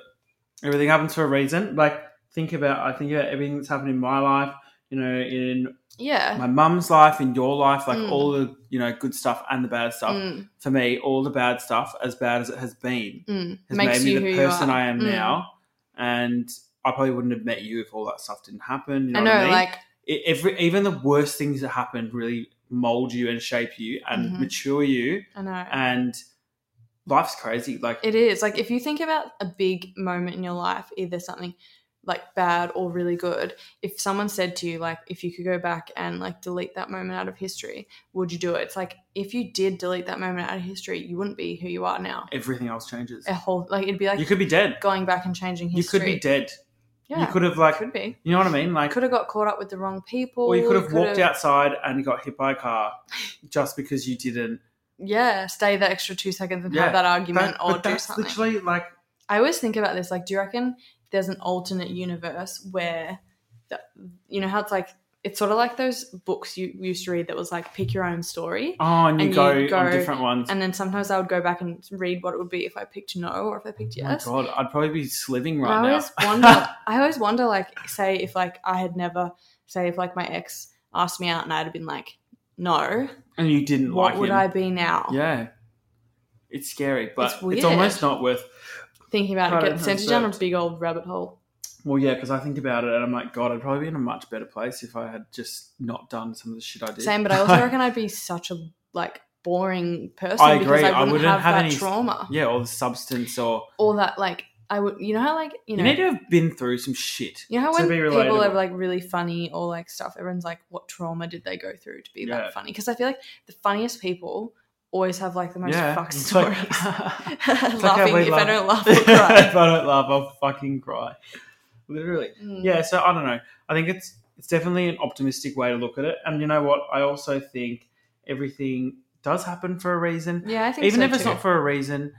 [SPEAKER 1] Everything happens for a reason. Like think about I think about everything that's happened in my life. You know, in
[SPEAKER 2] yeah.
[SPEAKER 1] my mum's life, in your life, like
[SPEAKER 2] Uh. Mm.
[SPEAKER 1] all the you know good stuff and the bad stuff.
[SPEAKER 2] Mm,
[SPEAKER 1] For me, all the bad stuff, as bad as it has been,
[SPEAKER 2] mm.
[SPEAKER 1] has
[SPEAKER 2] Makes
[SPEAKER 1] made me
[SPEAKER 2] you
[SPEAKER 1] the
[SPEAKER 2] who you
[SPEAKER 1] person
[SPEAKER 2] are.
[SPEAKER 1] I am
[SPEAKER 2] Mm.
[SPEAKER 1] now. And I probably wouldn't have met you if all that stuff didn't happen. You know
[SPEAKER 2] I
[SPEAKER 1] what
[SPEAKER 2] know,
[SPEAKER 1] I mean?
[SPEAKER 2] like,
[SPEAKER 1] it, every even the worst things that happened really mold you and shape you and
[SPEAKER 2] Mhm.
[SPEAKER 1] mature you.
[SPEAKER 2] I know.
[SPEAKER 1] And life's crazy. Like
[SPEAKER 2] It is. Like if you think about a big moment in your life, either something like bad or really good, if someone said to you like if you could go back and like delete that moment out of history, would you do it? It's like if you did delete that moment out of history, you wouldn't be who you are now.
[SPEAKER 1] everything else changes.
[SPEAKER 2] A whole like it'd be like
[SPEAKER 1] you could be dead.
[SPEAKER 2] going back and changing
[SPEAKER 1] You could
[SPEAKER 2] history.
[SPEAKER 1] be dead.
[SPEAKER 2] Yeah.
[SPEAKER 1] You could have like,
[SPEAKER 2] could be.
[SPEAKER 1] you know what I mean? Like,
[SPEAKER 2] Could have got caught up with the wrong people.
[SPEAKER 1] or you could have walked outside and got hit by a car just because you didn't.
[SPEAKER 2] Yeah, stay the extra two seconds and
[SPEAKER 1] Yeah,
[SPEAKER 2] have that argument
[SPEAKER 1] That-
[SPEAKER 2] or
[SPEAKER 1] but
[SPEAKER 2] do
[SPEAKER 1] that's
[SPEAKER 2] something.
[SPEAKER 1] literally like
[SPEAKER 2] I always think about this. Like, do you reckon there's an alternate universe where, the, you know, how it's like it's sort of like those books you used to read that was like pick your own story.
[SPEAKER 1] Oh, and you,
[SPEAKER 2] And
[SPEAKER 1] go,
[SPEAKER 2] you go
[SPEAKER 1] on different ones.
[SPEAKER 2] And then sometimes I would go back and read what it would be if I picked no or if I picked yes.
[SPEAKER 1] Oh my god, I'd probably be sliving
[SPEAKER 2] I
[SPEAKER 1] right now.
[SPEAKER 2] always wonder. I always wonder, like, say if like I had never, say if like my ex asked me out and I'd have been like, no,
[SPEAKER 1] And you didn't
[SPEAKER 2] what
[SPEAKER 1] like
[SPEAKER 2] would
[SPEAKER 1] him.
[SPEAKER 2] I be now?
[SPEAKER 1] Yeah. It's scary, but it's,
[SPEAKER 2] It's weird.
[SPEAKER 1] almost not worth
[SPEAKER 2] Thinking
[SPEAKER 1] Right,
[SPEAKER 2] about it, get
[SPEAKER 1] that's
[SPEAKER 2] sent down a
[SPEAKER 1] it.
[SPEAKER 2] big old rabbit hole.
[SPEAKER 1] well, yeah, because I think about it and I'm like, God, I'd probably be in a much better place if I had just not done some of the shit I did.
[SPEAKER 2] Same, but I also reckon I'd be such a like boring person
[SPEAKER 1] I
[SPEAKER 2] because
[SPEAKER 1] agree.
[SPEAKER 2] I wouldn't, have, that
[SPEAKER 1] any-
[SPEAKER 2] trauma
[SPEAKER 1] yeah, or the substance, or
[SPEAKER 2] or that like I would. You know how like you
[SPEAKER 1] you,
[SPEAKER 2] know.
[SPEAKER 1] need to have been through some shit.
[SPEAKER 2] you know how
[SPEAKER 1] to
[SPEAKER 2] when
[SPEAKER 1] be
[SPEAKER 2] people
[SPEAKER 1] relatable.
[SPEAKER 2] are like really funny or like stuff, everyone's like, "What trauma did they go through to be
[SPEAKER 1] Yeah.
[SPEAKER 2] that funny?" Because I feel like the funniest people always have like the most
[SPEAKER 1] yeah,
[SPEAKER 2] fucked
[SPEAKER 1] It's
[SPEAKER 2] stories.
[SPEAKER 1] like- It's like how
[SPEAKER 2] laughing
[SPEAKER 1] we
[SPEAKER 2] if I
[SPEAKER 1] laugh.
[SPEAKER 2] don't laugh or cry.
[SPEAKER 1] if I don't laugh, I'll fucking cry. Literally.
[SPEAKER 2] Mm.
[SPEAKER 1] Yeah, so I don't know. I think it's it's definitely an optimistic way to look at it. And you know what? I also think everything does happen for a reason.
[SPEAKER 2] Yeah, I think
[SPEAKER 1] Even
[SPEAKER 2] so
[SPEAKER 1] if it's
[SPEAKER 2] too.
[SPEAKER 1] not for a reason,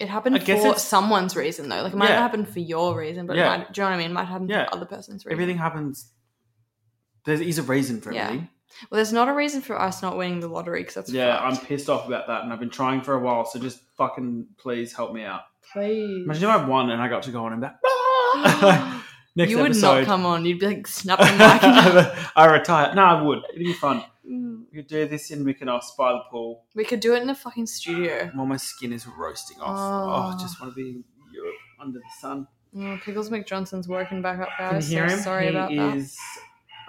[SPEAKER 2] it happened
[SPEAKER 1] I guess
[SPEAKER 2] for
[SPEAKER 1] it's-
[SPEAKER 2] someone's reason though. Like it might
[SPEAKER 1] Yeah.
[SPEAKER 2] not happen for your reason, but
[SPEAKER 1] Yeah.
[SPEAKER 2] it might, do you know what I mean? It might happen
[SPEAKER 1] Yeah.
[SPEAKER 2] for other person's reason.
[SPEAKER 1] everything happens. There is a reason for
[SPEAKER 2] Yeah.
[SPEAKER 1] everything.
[SPEAKER 2] Well, there's not a reason for us not winning the lottery because that's
[SPEAKER 1] Yeah,
[SPEAKER 2] fucked.
[SPEAKER 1] I'm pissed off about that, and I've been trying for a while. So just fucking please help me out.
[SPEAKER 2] please.
[SPEAKER 1] Imagine if I won and I got to go on and back. Ah! Next
[SPEAKER 2] you would
[SPEAKER 1] episode,
[SPEAKER 2] not come on. You'd be like snapping mic.
[SPEAKER 1] I retire. No, I would. It'd be fun.
[SPEAKER 2] Mm.
[SPEAKER 1] We could do this in Mykonos by the pool
[SPEAKER 2] we could do it in a fucking studio.
[SPEAKER 1] while my skin is roasting off. Oh,
[SPEAKER 2] Oh.
[SPEAKER 1] I just want to be in Europe under the sun.
[SPEAKER 2] Oh, Pickles McJohnson's working back up,
[SPEAKER 1] Can you
[SPEAKER 2] guys.
[SPEAKER 1] hear
[SPEAKER 2] so
[SPEAKER 1] him?
[SPEAKER 2] sorry
[SPEAKER 1] he
[SPEAKER 2] about that.
[SPEAKER 1] is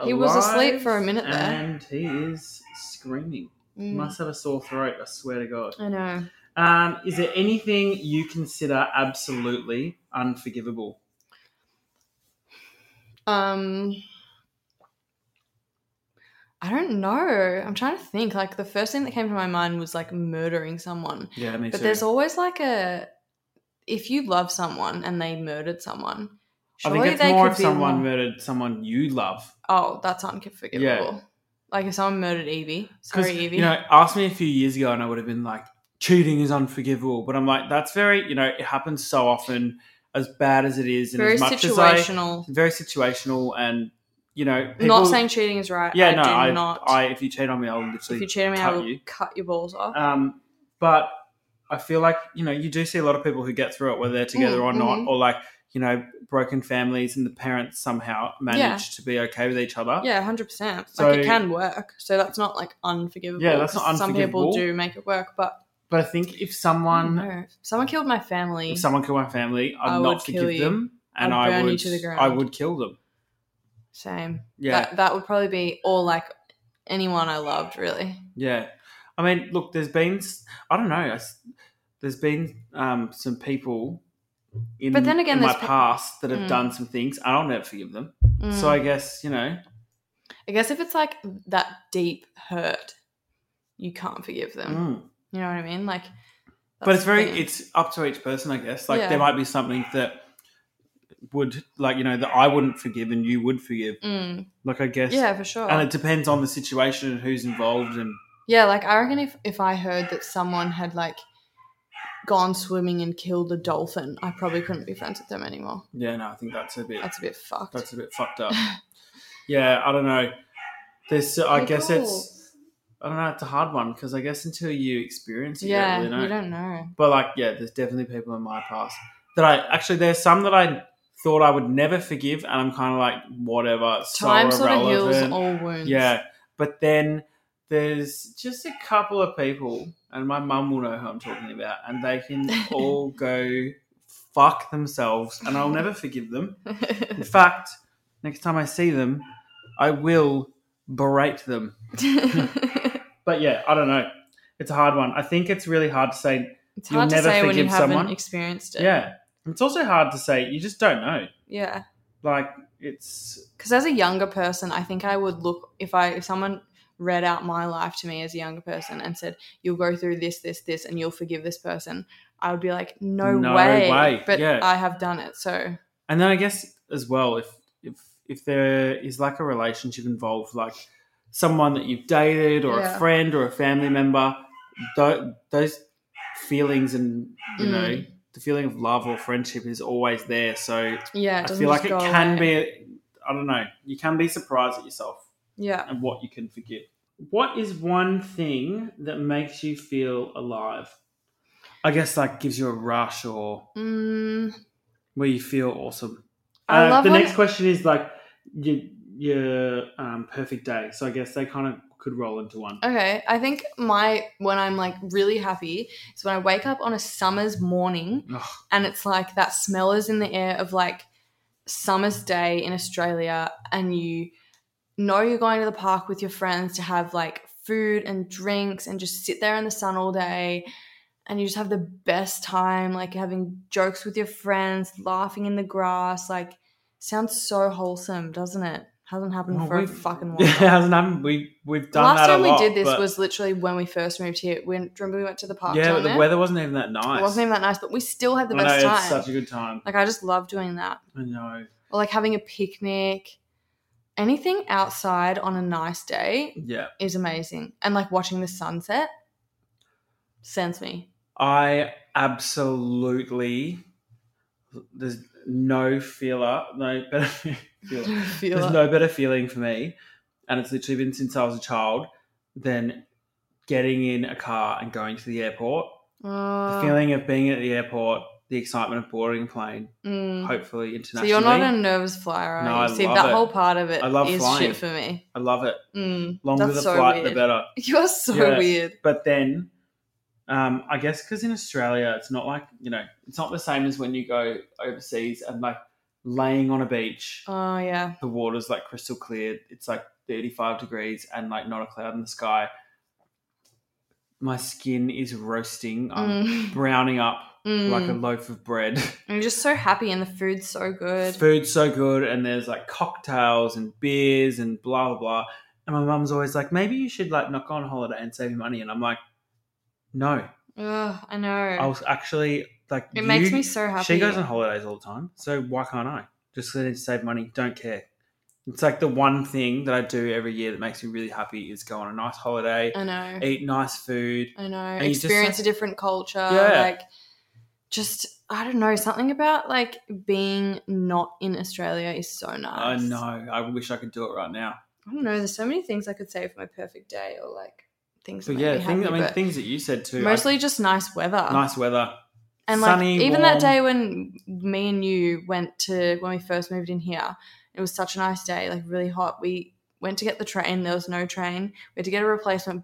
[SPEAKER 2] He was asleep
[SPEAKER 1] alive
[SPEAKER 2] for a minute there.
[SPEAKER 1] and he is screaming.
[SPEAKER 2] Mm.
[SPEAKER 1] Must have a sore throat. I swear to God.
[SPEAKER 2] I know.
[SPEAKER 1] Um, is there anything you consider absolutely unforgivable?
[SPEAKER 2] Um, I don't know. I'm trying to think. Like the first thing that came to my mind was like murdering someone.
[SPEAKER 1] Yeah, me
[SPEAKER 2] But there's always like a if you love someone and they murdered someone,
[SPEAKER 1] I
[SPEAKER 2] surely
[SPEAKER 1] think it's
[SPEAKER 2] they
[SPEAKER 1] more
[SPEAKER 2] could
[SPEAKER 1] if
[SPEAKER 2] be
[SPEAKER 1] someone
[SPEAKER 2] more-
[SPEAKER 1] murdered someone you love.
[SPEAKER 2] oh, that's unforgivable. Like if someone murdered Evie.
[SPEAKER 1] 'Cause,
[SPEAKER 2] Sorry, Evie.
[SPEAKER 1] you know, ask me a few years ago, and I would have been like, "Cheating is unforgivable." But I'm like, that's very, you know, it happens so often. As bad as it is, and
[SPEAKER 2] Very
[SPEAKER 1] as much as
[SPEAKER 2] situational.
[SPEAKER 1] I, very situational, and you know, people-
[SPEAKER 2] not saying cheating is right.
[SPEAKER 1] yeah,
[SPEAKER 2] I
[SPEAKER 1] no,
[SPEAKER 2] do
[SPEAKER 1] I,
[SPEAKER 2] not.
[SPEAKER 1] I, if you cheat on me, I'll
[SPEAKER 2] if you
[SPEAKER 1] literally.
[SPEAKER 2] cheat on me, I
[SPEAKER 1] cut
[SPEAKER 2] will
[SPEAKER 1] you.
[SPEAKER 2] cut your balls off.
[SPEAKER 1] Um, but I feel like you know, you do see a lot of people who get through it, whether they're together
[SPEAKER 2] Mm,
[SPEAKER 1] or not,
[SPEAKER 2] mhm.
[SPEAKER 1] or like you know, broken families, and the parents somehow manage
[SPEAKER 2] Yeah.
[SPEAKER 1] to be okay with each other.
[SPEAKER 2] Yeah, hundred percent.
[SPEAKER 1] So-
[SPEAKER 2] like it can work. So that's not like unforgivable.
[SPEAKER 1] Yeah, that's not
[SPEAKER 2] 'cause Some
[SPEAKER 1] unforgivable.
[SPEAKER 2] people do make it work, but
[SPEAKER 1] But I think if
[SPEAKER 2] Mm, I don't
[SPEAKER 1] someone
[SPEAKER 2] know. If someone killed my family.
[SPEAKER 1] if someone killed my family, I'd
[SPEAKER 2] I
[SPEAKER 1] not
[SPEAKER 2] would kill
[SPEAKER 1] forgive
[SPEAKER 2] you.
[SPEAKER 1] them, and
[SPEAKER 2] I'd
[SPEAKER 1] I
[SPEAKER 2] burn you
[SPEAKER 1] would
[SPEAKER 2] to the ground.
[SPEAKER 1] I would kill them.
[SPEAKER 2] same.
[SPEAKER 1] Yeah,
[SPEAKER 2] That that would probably be or like anyone I loved really.
[SPEAKER 1] yeah. I mean, look, there's been s- I don't know, I s- there's been um, some people in,
[SPEAKER 2] But then again,
[SPEAKER 1] in my
[SPEAKER 2] there's pe-
[SPEAKER 1] past that have
[SPEAKER 2] Mm.
[SPEAKER 1] done some things, and I'll never forgive them.
[SPEAKER 2] Mm.
[SPEAKER 1] So I guess you know,
[SPEAKER 2] I guess if it's like that deep hurt, you can't forgive them.
[SPEAKER 1] mm.
[SPEAKER 2] You know what I mean? Like,
[SPEAKER 1] but
[SPEAKER 2] that's
[SPEAKER 1] it's
[SPEAKER 2] the
[SPEAKER 1] very
[SPEAKER 2] thing.
[SPEAKER 1] it's up to each person, I guess. Like
[SPEAKER 2] Yeah.
[SPEAKER 1] there might be something that would like you know that I wouldn't forgive and you would forgive.
[SPEAKER 2] Mm.
[SPEAKER 1] Like I guess,
[SPEAKER 2] yeah, for sure.
[SPEAKER 1] And it depends on the situation and who's involved and
[SPEAKER 2] Yeah, like I reckon if if I heard that someone had like gone swimming and killed a dolphin, I probably couldn't be friends with them anymore.
[SPEAKER 1] yeah. No, I think that's a bit
[SPEAKER 2] That's a bit fucked.
[SPEAKER 1] That's a bit fucked up. yeah, I don't know. There's, I guess it's, I don't know. It's a hard one because I guess until you experience it,
[SPEAKER 2] yeah,
[SPEAKER 1] you don't really know.
[SPEAKER 2] you don't know.
[SPEAKER 1] But like, yeah, there's definitely people in my past that I actually there's some that I thought I would never forgive, and I'm kind of like whatever. It's
[SPEAKER 2] Time
[SPEAKER 1] so
[SPEAKER 2] sort of heals
[SPEAKER 1] irrelevant.
[SPEAKER 2] all wounds.
[SPEAKER 1] yeah, but then there's just a couple of people, and my mum will know who I'm talking about, and they can all go fuck themselves, and I'll never forgive them. In fact, next time I see them, I will berate them.
[SPEAKER 2] it's
[SPEAKER 1] But yeah, I don't know. It's a hard one. I think it's really hard to say. You'll
[SPEAKER 2] hard to
[SPEAKER 1] never
[SPEAKER 2] say when you
[SPEAKER 1] forgive
[SPEAKER 2] haven't
[SPEAKER 1] someone.
[SPEAKER 2] experienced it.
[SPEAKER 1] Yeah. It's also hard to say. You just don't know.
[SPEAKER 2] yeah.
[SPEAKER 1] Like, it's.
[SPEAKER 2] Because as a younger person, I think I would look if I if someone read out my life to me as a younger person and said you'll go through this, this, this, and you'll forgive this person, I would be like, no,
[SPEAKER 1] No way,
[SPEAKER 2] But
[SPEAKER 1] yeah.
[SPEAKER 2] I have done it, so
[SPEAKER 1] And then I guess as well, if if if there is like a relationship involved, like someone that you've dated or a
[SPEAKER 2] Yeah.
[SPEAKER 1] friend or a family member, tho- those feelings and you know the feeling of love or friendship is always there. So
[SPEAKER 2] Yeah, it
[SPEAKER 1] I
[SPEAKER 2] doesn't
[SPEAKER 1] feel like
[SPEAKER 2] just
[SPEAKER 1] it
[SPEAKER 2] go
[SPEAKER 1] can
[SPEAKER 2] away.
[SPEAKER 1] be. I don't know. You can be surprised at yourself
[SPEAKER 2] Yeah.
[SPEAKER 1] and what you can forgive. What is one thing that makes you feel alive? I guess like gives you a rush or
[SPEAKER 2] Mm,
[SPEAKER 1] where you feel awesome.
[SPEAKER 2] I
[SPEAKER 1] Uh,
[SPEAKER 2] love
[SPEAKER 1] the
[SPEAKER 2] when-
[SPEAKER 1] next question is like your your um, perfect day. So I guess they kind of could roll into one.
[SPEAKER 2] Okay, I think my when I'm like really happy is when I wake up on a summer's morning
[SPEAKER 1] Ugh.
[SPEAKER 2] and it's like that smell is in the air of like summer's day in Australia and you know you're going to the park with your friends to have like food and drinks and just sit there in the sun all day and you just have the best time like having jokes with your friends, laughing in the grass, like sounds so wholesome, doesn't it? Hasn't happened
[SPEAKER 1] Well,
[SPEAKER 2] for a
[SPEAKER 1] we've-
[SPEAKER 2] fucking while.
[SPEAKER 1] Yeah, hasn't happened. We we've done
[SPEAKER 2] Last
[SPEAKER 1] that a
[SPEAKER 2] time we
[SPEAKER 1] lot,
[SPEAKER 2] did this
[SPEAKER 1] but-
[SPEAKER 2] was literally when we first moved here. When remember we went to the park.
[SPEAKER 1] yeah,
[SPEAKER 2] down
[SPEAKER 1] but the
[SPEAKER 2] there?
[SPEAKER 1] weather wasn't even that nice.
[SPEAKER 2] It wasn't even that nice, but we still had the
[SPEAKER 1] I know,
[SPEAKER 2] best
[SPEAKER 1] It's
[SPEAKER 2] time.
[SPEAKER 1] such a good time.
[SPEAKER 2] like I just love doing that,
[SPEAKER 1] I know.
[SPEAKER 2] or like having a picnic. Anything outside on a nice day
[SPEAKER 1] Yeah,
[SPEAKER 2] is amazing, and like watching the sunset sends me.
[SPEAKER 1] I absolutely. There's no feeler, no better feeler.
[SPEAKER 2] Feel
[SPEAKER 1] There's
[SPEAKER 2] it.
[SPEAKER 1] no better feeling for me, and it's literally been since I was a child, than getting in a car and going to the airport.
[SPEAKER 2] Uh,
[SPEAKER 1] the feeling of being at the airport, the excitement of boarding a plane,
[SPEAKER 2] mm.
[SPEAKER 1] hopefully
[SPEAKER 2] So
[SPEAKER 1] internationally.
[SPEAKER 2] you're not a nervous flyer, are
[SPEAKER 1] No,
[SPEAKER 2] you?
[SPEAKER 1] I
[SPEAKER 2] See
[SPEAKER 1] love
[SPEAKER 2] that
[SPEAKER 1] it.
[SPEAKER 2] whole part of it
[SPEAKER 1] I love
[SPEAKER 2] is
[SPEAKER 1] flying.
[SPEAKER 2] shit for me.
[SPEAKER 1] I love it.
[SPEAKER 2] Mm.
[SPEAKER 1] Longer
[SPEAKER 2] That's
[SPEAKER 1] the
[SPEAKER 2] so
[SPEAKER 1] flight, the
[SPEAKER 2] weird.
[SPEAKER 1] better.
[SPEAKER 2] You're so
[SPEAKER 1] Yeah.
[SPEAKER 2] weird.
[SPEAKER 1] But then, um, I guess because in Australia, it's not like you know, it's not the same as when you go overseas and like laying on a beach,
[SPEAKER 2] Oh yeah.
[SPEAKER 1] the water's like crystal clear. It's like 35 degrees and like not a cloud in the sky. My skin is roasting. I'm
[SPEAKER 2] Mm.
[SPEAKER 1] browning up Um, like a
[SPEAKER 2] Mm.
[SPEAKER 1] loaf of bread.
[SPEAKER 2] I'm just so happy, and the food's so good.
[SPEAKER 1] Food's so good, and there's like cocktails and beers and blah blah blah. And my mum's always like, maybe you should like not go on holiday and save your money. And I'm like, no,
[SPEAKER 2] Ugh, I know.
[SPEAKER 1] I was actually like,
[SPEAKER 2] it
[SPEAKER 1] you-
[SPEAKER 2] makes me so happy.
[SPEAKER 1] She goes on holidays all the time, so why can't I? Just let it save money. Don't care. It's like the one thing that I do every year that makes me really happy is go on a nice holiday,
[SPEAKER 2] I know.
[SPEAKER 1] eat nice food.
[SPEAKER 2] I know.
[SPEAKER 1] you just,
[SPEAKER 2] Experience
[SPEAKER 1] like-
[SPEAKER 2] a different culture.
[SPEAKER 1] Yeah.
[SPEAKER 2] Like, just I don't know. Something about like being not in Australia is so nice.
[SPEAKER 1] I know. I wish I could do it right now.
[SPEAKER 2] I don't know. There's so many things I could say for my perfect day, or like things. That
[SPEAKER 1] But
[SPEAKER 2] make
[SPEAKER 1] yeah,
[SPEAKER 2] me happy,
[SPEAKER 1] things, I mean,
[SPEAKER 2] but
[SPEAKER 1] things that you said too. I-
[SPEAKER 2] mostly uh, just nice weather.
[SPEAKER 1] nice weather.
[SPEAKER 2] And
[SPEAKER 1] sunny,
[SPEAKER 2] like even
[SPEAKER 1] warm.
[SPEAKER 2] that day when me and you went to when we first moved in here, it was such a nice day, like really hot. We went to get the train, there was no train. We had to get a replacement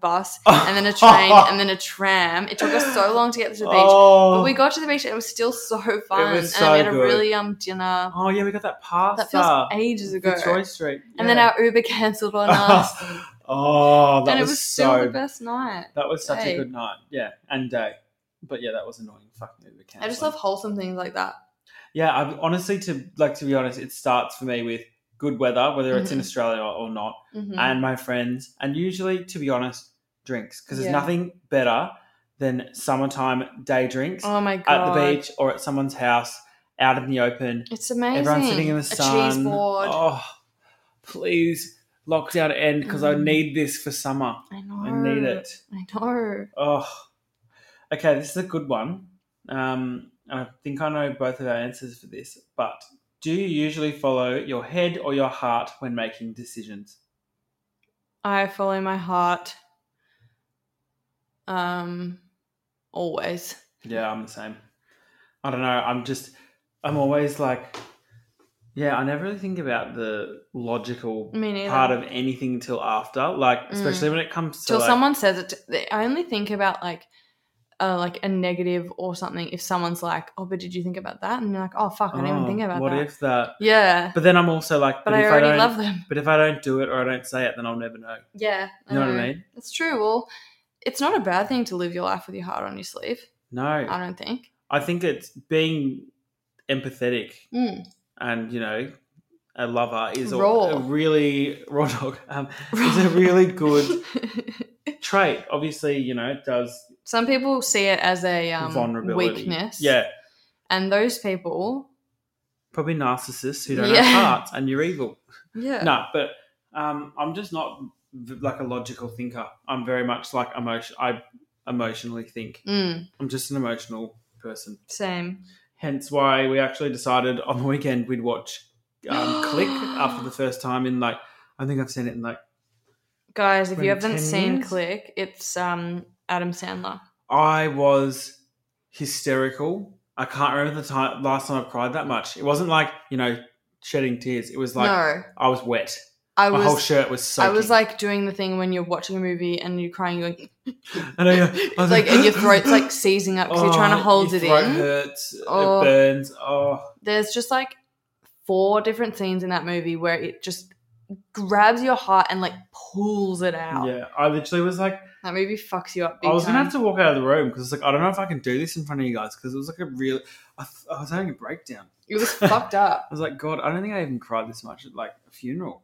[SPEAKER 2] bus and then a train and then a tram. It took us so long to get to the beach.
[SPEAKER 1] Oh,
[SPEAKER 2] But we got to the beach and it was still so fun.
[SPEAKER 1] was
[SPEAKER 2] and we
[SPEAKER 1] so
[SPEAKER 2] had a
[SPEAKER 1] good.
[SPEAKER 2] really um dinner.
[SPEAKER 1] oh yeah, we got that pasta.
[SPEAKER 2] That feels ages ago.
[SPEAKER 1] Fitzroy Street.
[SPEAKER 2] And then our Uber cancelled on us.
[SPEAKER 1] oh, that
[SPEAKER 2] and it
[SPEAKER 1] was,
[SPEAKER 2] was, still
[SPEAKER 1] so
[SPEAKER 2] the best night.
[SPEAKER 1] That was such
[SPEAKER 2] Day.
[SPEAKER 1] a good night. Yeah, and day. But yeah, that was annoying. Fucking Uber
[SPEAKER 2] I just
[SPEAKER 1] cancelling.
[SPEAKER 2] love wholesome things like that.
[SPEAKER 1] Yeah, I honestly to like to be honest, it starts for me with good weather, whether it's in
[SPEAKER 2] Mhm.
[SPEAKER 1] Australia or not,
[SPEAKER 2] Mhm.
[SPEAKER 1] and my friends, and usually to be honest, drinks because there's
[SPEAKER 2] Yeah.
[SPEAKER 1] nothing better than summertime day drinks
[SPEAKER 2] oh my god.
[SPEAKER 1] at the beach or at someone's house out in the open.
[SPEAKER 2] It's amazing.
[SPEAKER 1] Everyone's sitting in the sun.
[SPEAKER 2] A cheese board.
[SPEAKER 1] Oh, please lockdown end because I
[SPEAKER 2] Mm.
[SPEAKER 1] need this for summer.
[SPEAKER 2] I know.
[SPEAKER 1] I need it.
[SPEAKER 2] I know.
[SPEAKER 1] Oh, okay. This is a good one. Um, I think I know both of our answers for this, but do you usually follow your head or your heart when making decisions?
[SPEAKER 2] I follow my heart. Um, always.
[SPEAKER 1] Yeah, I'm the same. I don't know. I'm just, I'm always like, yeah, I never really think about the logical
[SPEAKER 2] Me neither. Mm.
[SPEAKER 1] part of anything until after, like, especially when it comes to
[SPEAKER 2] Till
[SPEAKER 1] like,
[SPEAKER 2] someone says it, to, I only think about like, uh, like a negative or something. If someone's like, "Oh, but did you think about that?" and you're like, "Oh, fuck, I didn't even
[SPEAKER 1] oh,
[SPEAKER 2] think about
[SPEAKER 1] what
[SPEAKER 2] that."
[SPEAKER 1] if that?
[SPEAKER 2] Yeah,
[SPEAKER 1] But then I'm also like,
[SPEAKER 2] but,
[SPEAKER 1] but,
[SPEAKER 2] I
[SPEAKER 1] if I
[SPEAKER 2] already
[SPEAKER 1] don't,
[SPEAKER 2] love them.
[SPEAKER 1] but if I don't do it or I don't say it, then I'll never know.
[SPEAKER 2] Yeah,
[SPEAKER 1] You know what I mean?
[SPEAKER 2] That's true. Well, it's not a bad thing to live your life with your heart on your sleeve.
[SPEAKER 1] No,
[SPEAKER 2] I don't think.
[SPEAKER 1] I think it's being empathetic
[SPEAKER 2] Mm.
[SPEAKER 1] and you know a lover is a,
[SPEAKER 2] Raw.
[SPEAKER 1] a really raw dog um, is a really good trait. Obviously, you know it does
[SPEAKER 2] Some people see it as a um,
[SPEAKER 1] vulnerability,
[SPEAKER 2] weakness.
[SPEAKER 1] Yeah,
[SPEAKER 2] And those people,
[SPEAKER 1] probably narcissists who don't
[SPEAKER 2] Yeah.
[SPEAKER 1] have hearts and you're evil.
[SPEAKER 2] yeah.
[SPEAKER 1] No, but um, I'm just not v- like a logical thinker. I'm very much like emotion. I emotionally think.
[SPEAKER 2] Mm.
[SPEAKER 1] I'm just an emotional person.
[SPEAKER 2] Same.
[SPEAKER 1] Hence why we actually decided on the weekend we'd watch um, Click after the first time in like, I think I've seen it in like,
[SPEAKER 2] Guys, if you
[SPEAKER 1] Been 10
[SPEAKER 2] haven't seen
[SPEAKER 1] years?
[SPEAKER 2] Click, it's um Adam Sandler.
[SPEAKER 1] I was hysterical. I can't remember the time last time I cried that much. It wasn't like, you know, shedding tears. It was like
[SPEAKER 2] no,
[SPEAKER 1] I was wet.
[SPEAKER 2] I
[SPEAKER 1] My whole
[SPEAKER 2] was
[SPEAKER 1] shirt was
[SPEAKER 2] I
[SPEAKER 1] soaking.
[SPEAKER 2] was like doing the thing when you're watching a movie and you're crying, you're going
[SPEAKER 1] I know, yeah. I was
[SPEAKER 2] like, and your throat's like seizing up because you're trying to
[SPEAKER 1] Oh,
[SPEAKER 2] hold
[SPEAKER 1] your
[SPEAKER 2] it
[SPEAKER 1] throat
[SPEAKER 2] in.
[SPEAKER 1] hurts.
[SPEAKER 2] Oh.
[SPEAKER 1] It burns. Oh,
[SPEAKER 2] There's just like four different scenes in that movie where it just grabs your heart and like pulls it out.
[SPEAKER 1] yeah. I literally was like,
[SPEAKER 2] That movie fucks you up. Big
[SPEAKER 1] I was gonna
[SPEAKER 2] time.
[SPEAKER 1] have to walk out of the room because like I don't know if I can do this in front of you guys because it was like a real. I, th- I was having a breakdown.
[SPEAKER 2] It was fucked up.
[SPEAKER 1] I was like, God, I don't think I even cried this much at like a funeral.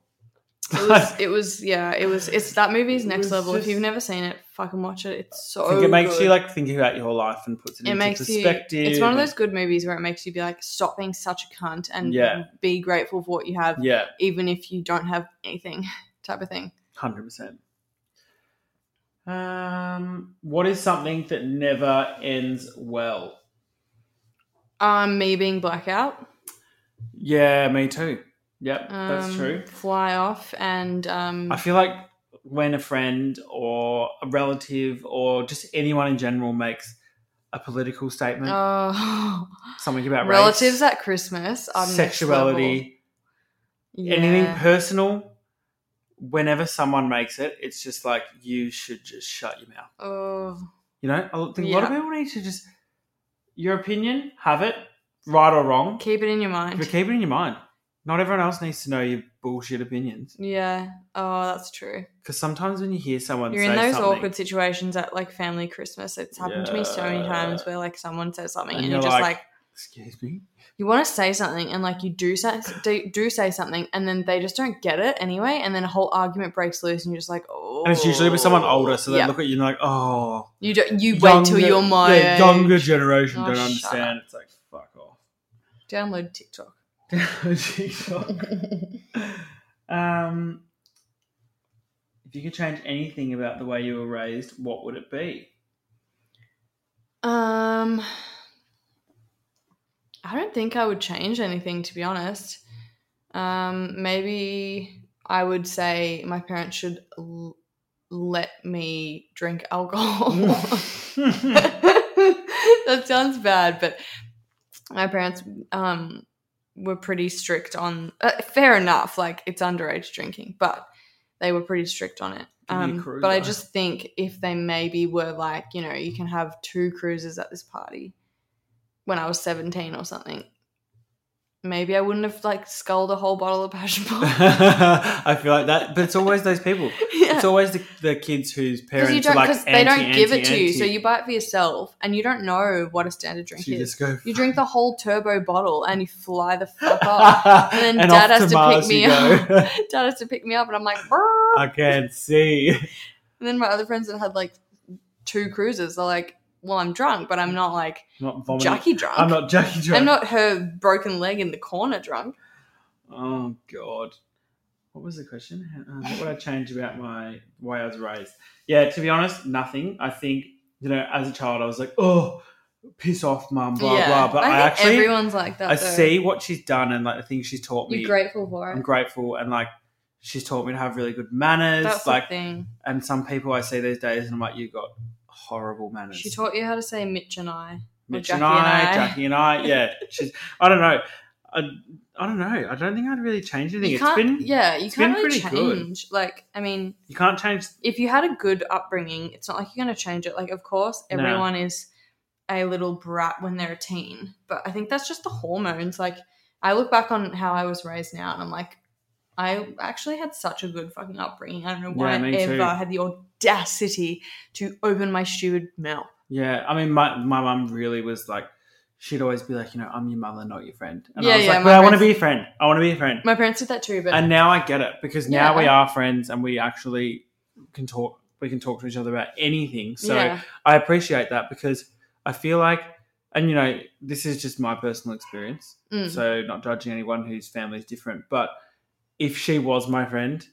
[SPEAKER 2] It was. It was. Yeah. It was. It's that movie's
[SPEAKER 1] It
[SPEAKER 2] next
[SPEAKER 1] was
[SPEAKER 2] level.
[SPEAKER 1] just-
[SPEAKER 2] If you've never seen it, fucking watch it. It's so.
[SPEAKER 1] I think it makes
[SPEAKER 2] good.
[SPEAKER 1] you like think about your whole life and puts it,
[SPEAKER 2] It
[SPEAKER 1] into
[SPEAKER 2] makes
[SPEAKER 1] perspective.
[SPEAKER 2] you. It's one of those good movies where it makes you be like, stop being such a cunt and
[SPEAKER 1] Yeah.
[SPEAKER 2] be grateful for what you have,
[SPEAKER 1] Yeah,
[SPEAKER 2] even if you don't have anything, type of thing.
[SPEAKER 1] hundred percent. Um, what is something that never ends well?
[SPEAKER 2] Um, me being blackout.
[SPEAKER 1] Yeah, me too. Yep,
[SPEAKER 2] Um,
[SPEAKER 1] that's true.
[SPEAKER 2] Fly off and um,
[SPEAKER 1] I feel like when a friend or a relative or just anyone in general makes a political statement,
[SPEAKER 2] oh,
[SPEAKER 1] something about
[SPEAKER 2] relatives
[SPEAKER 1] race,
[SPEAKER 2] at Christmas, are next level.
[SPEAKER 1] sexuality, anything
[SPEAKER 2] Yeah.
[SPEAKER 1] personal, whenever someone makes it, it's just like you should just shut your mouth.
[SPEAKER 2] Oh,
[SPEAKER 1] You know, I think a lot of
[SPEAKER 2] Yeah.
[SPEAKER 1] people need to just your opinion, have it, right or wrong,
[SPEAKER 2] keep it in your mind.
[SPEAKER 1] but keep it in your mind. Not everyone else needs to know your bullshit opinions
[SPEAKER 2] Yeah. Oh, that's true.
[SPEAKER 1] because sometimes when you hear someone
[SPEAKER 2] You're
[SPEAKER 1] say
[SPEAKER 2] in those
[SPEAKER 1] something,
[SPEAKER 2] awkward situations at like family Christmas. It's happened to me so many times
[SPEAKER 1] Yeah.
[SPEAKER 2] where like someone says something
[SPEAKER 1] And
[SPEAKER 2] and,
[SPEAKER 1] you're
[SPEAKER 2] you're, just
[SPEAKER 1] like-
[SPEAKER 2] like,
[SPEAKER 1] excuse me,
[SPEAKER 2] you want to say something and like you do say do, do say something and then they just don't get it anyway and then a whole argument breaks loose and you're just like oh.
[SPEAKER 1] And it's usually with someone older, so they
[SPEAKER 2] yeah.
[SPEAKER 1] look at you and like, oh,
[SPEAKER 2] you don't you wait
[SPEAKER 1] younger-
[SPEAKER 2] till you're my
[SPEAKER 1] yeah,
[SPEAKER 2] age.
[SPEAKER 1] younger generation
[SPEAKER 2] Oh,
[SPEAKER 1] don't
[SPEAKER 2] shut
[SPEAKER 1] understand. It's like fuck
[SPEAKER 2] Download TikTok.
[SPEAKER 1] off. um, if you could change anything about the way you were raised, what would it be?
[SPEAKER 2] um, I don't think I would change anything to be honest. Um, maybe I would say my parents should l- let me drink alcohol. that sounds bad, but my parents um, were pretty strict on. Uh, fair enough, like it's underage drinking, but they were pretty strict on it.
[SPEAKER 1] Give me a
[SPEAKER 2] Um,
[SPEAKER 1] cruiser.
[SPEAKER 2] but I just think if they maybe were like, you know, you can have two cruises at this party when I was 17 or something, maybe I wouldn't have like sculled a whole bottle of passion bomb.
[SPEAKER 1] I feel like that, but it's always those people.
[SPEAKER 2] Yeah.
[SPEAKER 1] It's always the, the kids whose
[SPEAKER 2] Because
[SPEAKER 1] parents
[SPEAKER 2] you don't,
[SPEAKER 1] are like
[SPEAKER 2] because they don't
[SPEAKER 1] anti,
[SPEAKER 2] give it
[SPEAKER 1] anti,
[SPEAKER 2] to you, so
[SPEAKER 1] anti.
[SPEAKER 2] you buy it for yourself, and you don't know what a standard
[SPEAKER 1] So
[SPEAKER 2] drink
[SPEAKER 1] you
[SPEAKER 2] is.
[SPEAKER 1] just go.
[SPEAKER 2] You drink the whole turbo bottle and you fly the fuck off. And then Dad
[SPEAKER 1] off
[SPEAKER 2] has to pick
[SPEAKER 1] Mars
[SPEAKER 2] me
[SPEAKER 1] you go.
[SPEAKER 2] Dad has to pick me up, and I'm like, "Brrr."
[SPEAKER 1] I can't see.
[SPEAKER 2] and then my other friends that had like two cruises, they're like, well, I'm drunk, but I'm not like
[SPEAKER 1] not vomiting.
[SPEAKER 2] Jackie drunk.
[SPEAKER 1] I'm not Jackie drunk.
[SPEAKER 2] I'm not her broken leg in the corner drunk.
[SPEAKER 1] Oh God, what was the question? Uh, what would I change about my way I was raised? Yeah, to be honest, nothing. I think you know, as a child, I was like, oh, piss off, mum, blah blah. But I,
[SPEAKER 2] think
[SPEAKER 1] actually,
[SPEAKER 2] everyone's like that.
[SPEAKER 1] I
[SPEAKER 2] though.
[SPEAKER 1] see what she's done and like the things she's taught me.
[SPEAKER 2] You're grateful for
[SPEAKER 1] I'm
[SPEAKER 2] it.
[SPEAKER 1] grateful and like she's taught me to have really good manners.
[SPEAKER 2] That's
[SPEAKER 1] like,
[SPEAKER 2] the thing.
[SPEAKER 1] and some people I see these days, and I'm like, you got horrible manners.
[SPEAKER 2] She taught you how to say Mitch and I.
[SPEAKER 1] Mitch
[SPEAKER 2] Jackie
[SPEAKER 1] and I,
[SPEAKER 2] and I.
[SPEAKER 1] Jackie and I. Yeah, she's. I don't know. I, I don't know. I don't think I'd really change anything.
[SPEAKER 2] You
[SPEAKER 1] It's
[SPEAKER 2] can't,
[SPEAKER 1] been
[SPEAKER 2] yeah, you
[SPEAKER 1] it's
[SPEAKER 2] can't
[SPEAKER 1] been
[SPEAKER 2] really
[SPEAKER 1] pretty good.
[SPEAKER 2] change. Like, I mean,
[SPEAKER 1] you can't change
[SPEAKER 2] if you had a good upbringing, it's not like you're going to change it. Like, of course,
[SPEAKER 1] No.
[SPEAKER 2] everyone is a little brat when they're a teen, but I think that's just the hormones. Like, I look back on how I was raised now, and I'm like, I actually had such a good fucking upbringing. I don't know why
[SPEAKER 1] Yeah,
[SPEAKER 2] I
[SPEAKER 1] me
[SPEAKER 2] ever
[SPEAKER 1] too.
[SPEAKER 2] had the audacity to open my stupid mouth.
[SPEAKER 1] Yeah, I mean, my my mum really was like, she'd always be like, you know, I'm your mother, not your friend. And I
[SPEAKER 2] Yeah,
[SPEAKER 1] was
[SPEAKER 2] yeah,
[SPEAKER 1] like,
[SPEAKER 2] my
[SPEAKER 1] but I want to
[SPEAKER 2] friends-
[SPEAKER 1] be a friend. I want to be a friend.
[SPEAKER 2] My parents did that too, but
[SPEAKER 1] and now I get it because now we
[SPEAKER 2] Yeah.
[SPEAKER 1] are friends and we actually can talk. We can talk to each other about anything. So
[SPEAKER 2] yeah,
[SPEAKER 1] I appreciate that because I feel like, and you know, this is just my personal experience.
[SPEAKER 2] Mm.
[SPEAKER 1] So not judging anyone whose family is different, but if she was my friend,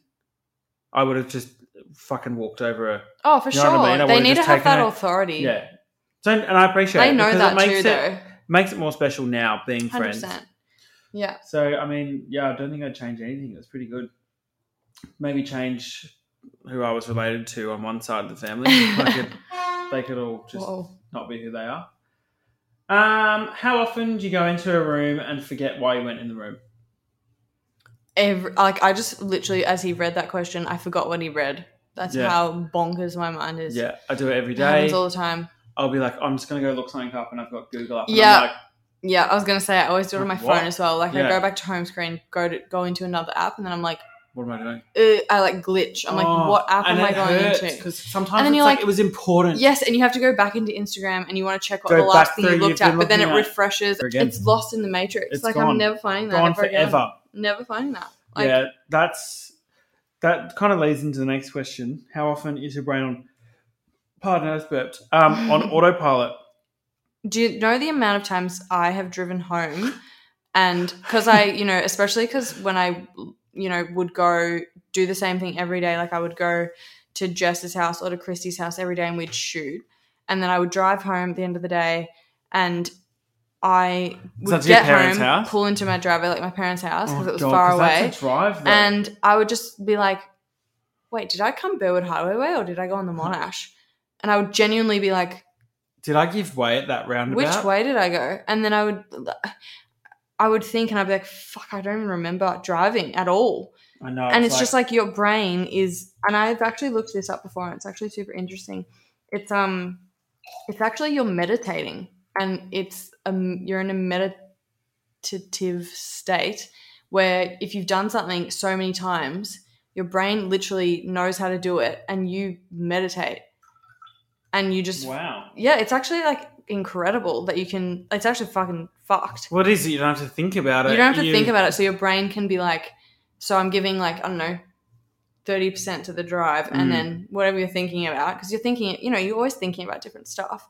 [SPEAKER 1] I would have just fucking walked over her.
[SPEAKER 2] oh, for
[SPEAKER 1] you know
[SPEAKER 2] sure,
[SPEAKER 1] what I mean? I
[SPEAKER 2] they
[SPEAKER 1] would've
[SPEAKER 2] need to
[SPEAKER 1] just
[SPEAKER 2] have
[SPEAKER 1] taken
[SPEAKER 2] that
[SPEAKER 1] it-
[SPEAKER 2] authority.
[SPEAKER 1] Yeah. So, and I appreciate
[SPEAKER 2] I
[SPEAKER 1] it.
[SPEAKER 2] know
[SPEAKER 1] because
[SPEAKER 2] that
[SPEAKER 1] it makes
[SPEAKER 2] too,
[SPEAKER 1] it,
[SPEAKER 2] though.
[SPEAKER 1] Makes it more special now being
[SPEAKER 2] Hundred
[SPEAKER 1] friends.
[SPEAKER 2] percent. Yeah.
[SPEAKER 1] So, I mean, yeah, I don't think I'd change anything. It was pretty good. Maybe change who I was related to on one side of the family. I could, they could all just
[SPEAKER 2] Whoa.
[SPEAKER 1] not be who they are. Um, how often do you go into a room and forget why you went in the room?
[SPEAKER 2] Every, like I just literally, as he read that question, I forgot what he read. That's
[SPEAKER 1] Yeah.
[SPEAKER 2] how bonkers my mind is.
[SPEAKER 1] Yeah, I do it every
[SPEAKER 2] It happens
[SPEAKER 1] day.
[SPEAKER 2] all the time.
[SPEAKER 1] I'll be like, I'm just gonna go look something up, and I've got Google up. And
[SPEAKER 2] Yeah.
[SPEAKER 1] I'm like,
[SPEAKER 2] Yeah, I was gonna say I always do it on my
[SPEAKER 1] What?
[SPEAKER 2] phone as well. Like
[SPEAKER 1] Yeah.
[SPEAKER 2] I go back to home screen, go to go into another app, and then I'm like,
[SPEAKER 1] what am I doing?
[SPEAKER 2] Ugh, I like glitch. I'm
[SPEAKER 1] Oh,
[SPEAKER 2] like, what app am I going into?
[SPEAKER 1] Because sometimes
[SPEAKER 2] And then
[SPEAKER 1] it's
[SPEAKER 2] you're
[SPEAKER 1] like,
[SPEAKER 2] like-
[SPEAKER 1] it was important.
[SPEAKER 2] Yes, and you have to go back into Instagram and you want to check what
[SPEAKER 1] Go
[SPEAKER 2] the last
[SPEAKER 1] back
[SPEAKER 2] thing you
[SPEAKER 1] through,
[SPEAKER 2] looked
[SPEAKER 1] you've
[SPEAKER 2] at,
[SPEAKER 1] been
[SPEAKER 2] but then it
[SPEAKER 1] looking at it
[SPEAKER 2] refreshes.
[SPEAKER 1] again.
[SPEAKER 2] It's lost in the matrix.
[SPEAKER 1] It's
[SPEAKER 2] like
[SPEAKER 1] gone.
[SPEAKER 2] I'm never finding that
[SPEAKER 1] gone
[SPEAKER 2] ever again.
[SPEAKER 1] forever.
[SPEAKER 2] Never finding that. Like,
[SPEAKER 1] yeah, that's that kind of leads into the next question. How often is your brain on? Pardon, I just burped. Um, on autopilot.
[SPEAKER 2] do you know the amount of times I have driven home? And because I, you know, especially because when I, you know, would go do the same thing every day, like I would go to Jess's house or to Christy's house every day and we'd shoot. And then I would drive home at the end of the day and I
[SPEAKER 1] Is
[SPEAKER 2] would
[SPEAKER 1] that to your
[SPEAKER 2] get
[SPEAKER 1] parents'
[SPEAKER 2] home,
[SPEAKER 1] house?
[SPEAKER 2] pull into my driveway, like my parents' house, because
[SPEAKER 1] Oh,
[SPEAKER 2] it was
[SPEAKER 1] God,
[SPEAKER 2] far
[SPEAKER 1] 'cause
[SPEAKER 2] away.
[SPEAKER 1] That's a drive. Though.
[SPEAKER 2] And I would just be like, wait, did I come Burwood Highway way or did I go on the Monash? And I would genuinely be like,
[SPEAKER 1] did I give way at that roundabout?
[SPEAKER 2] which way did I go? And then I would, I would think, and I'd be like, fuck, I don't even remember driving at all.
[SPEAKER 1] I know.
[SPEAKER 2] and it's just like your brain is, and I've actually looked this up before, and it's actually super interesting. It's um, it's actually you're meditating, and it's um, you're in a meditative state where if you've done something so many times, your brain literally knows how to do it, and you meditate, and you just
[SPEAKER 1] wow.
[SPEAKER 2] yeah, it's actually like incredible that you can. It's actually fucking fucked.
[SPEAKER 1] What is it? You don't have to think about it.
[SPEAKER 2] You don't have to think about it, so your brain can be like, so I'm giving like I don't know, thirty percent to the drive,
[SPEAKER 1] Mm.
[SPEAKER 2] and then whatever you're thinking about, because you're thinking, you know, you're always thinking about different stuff.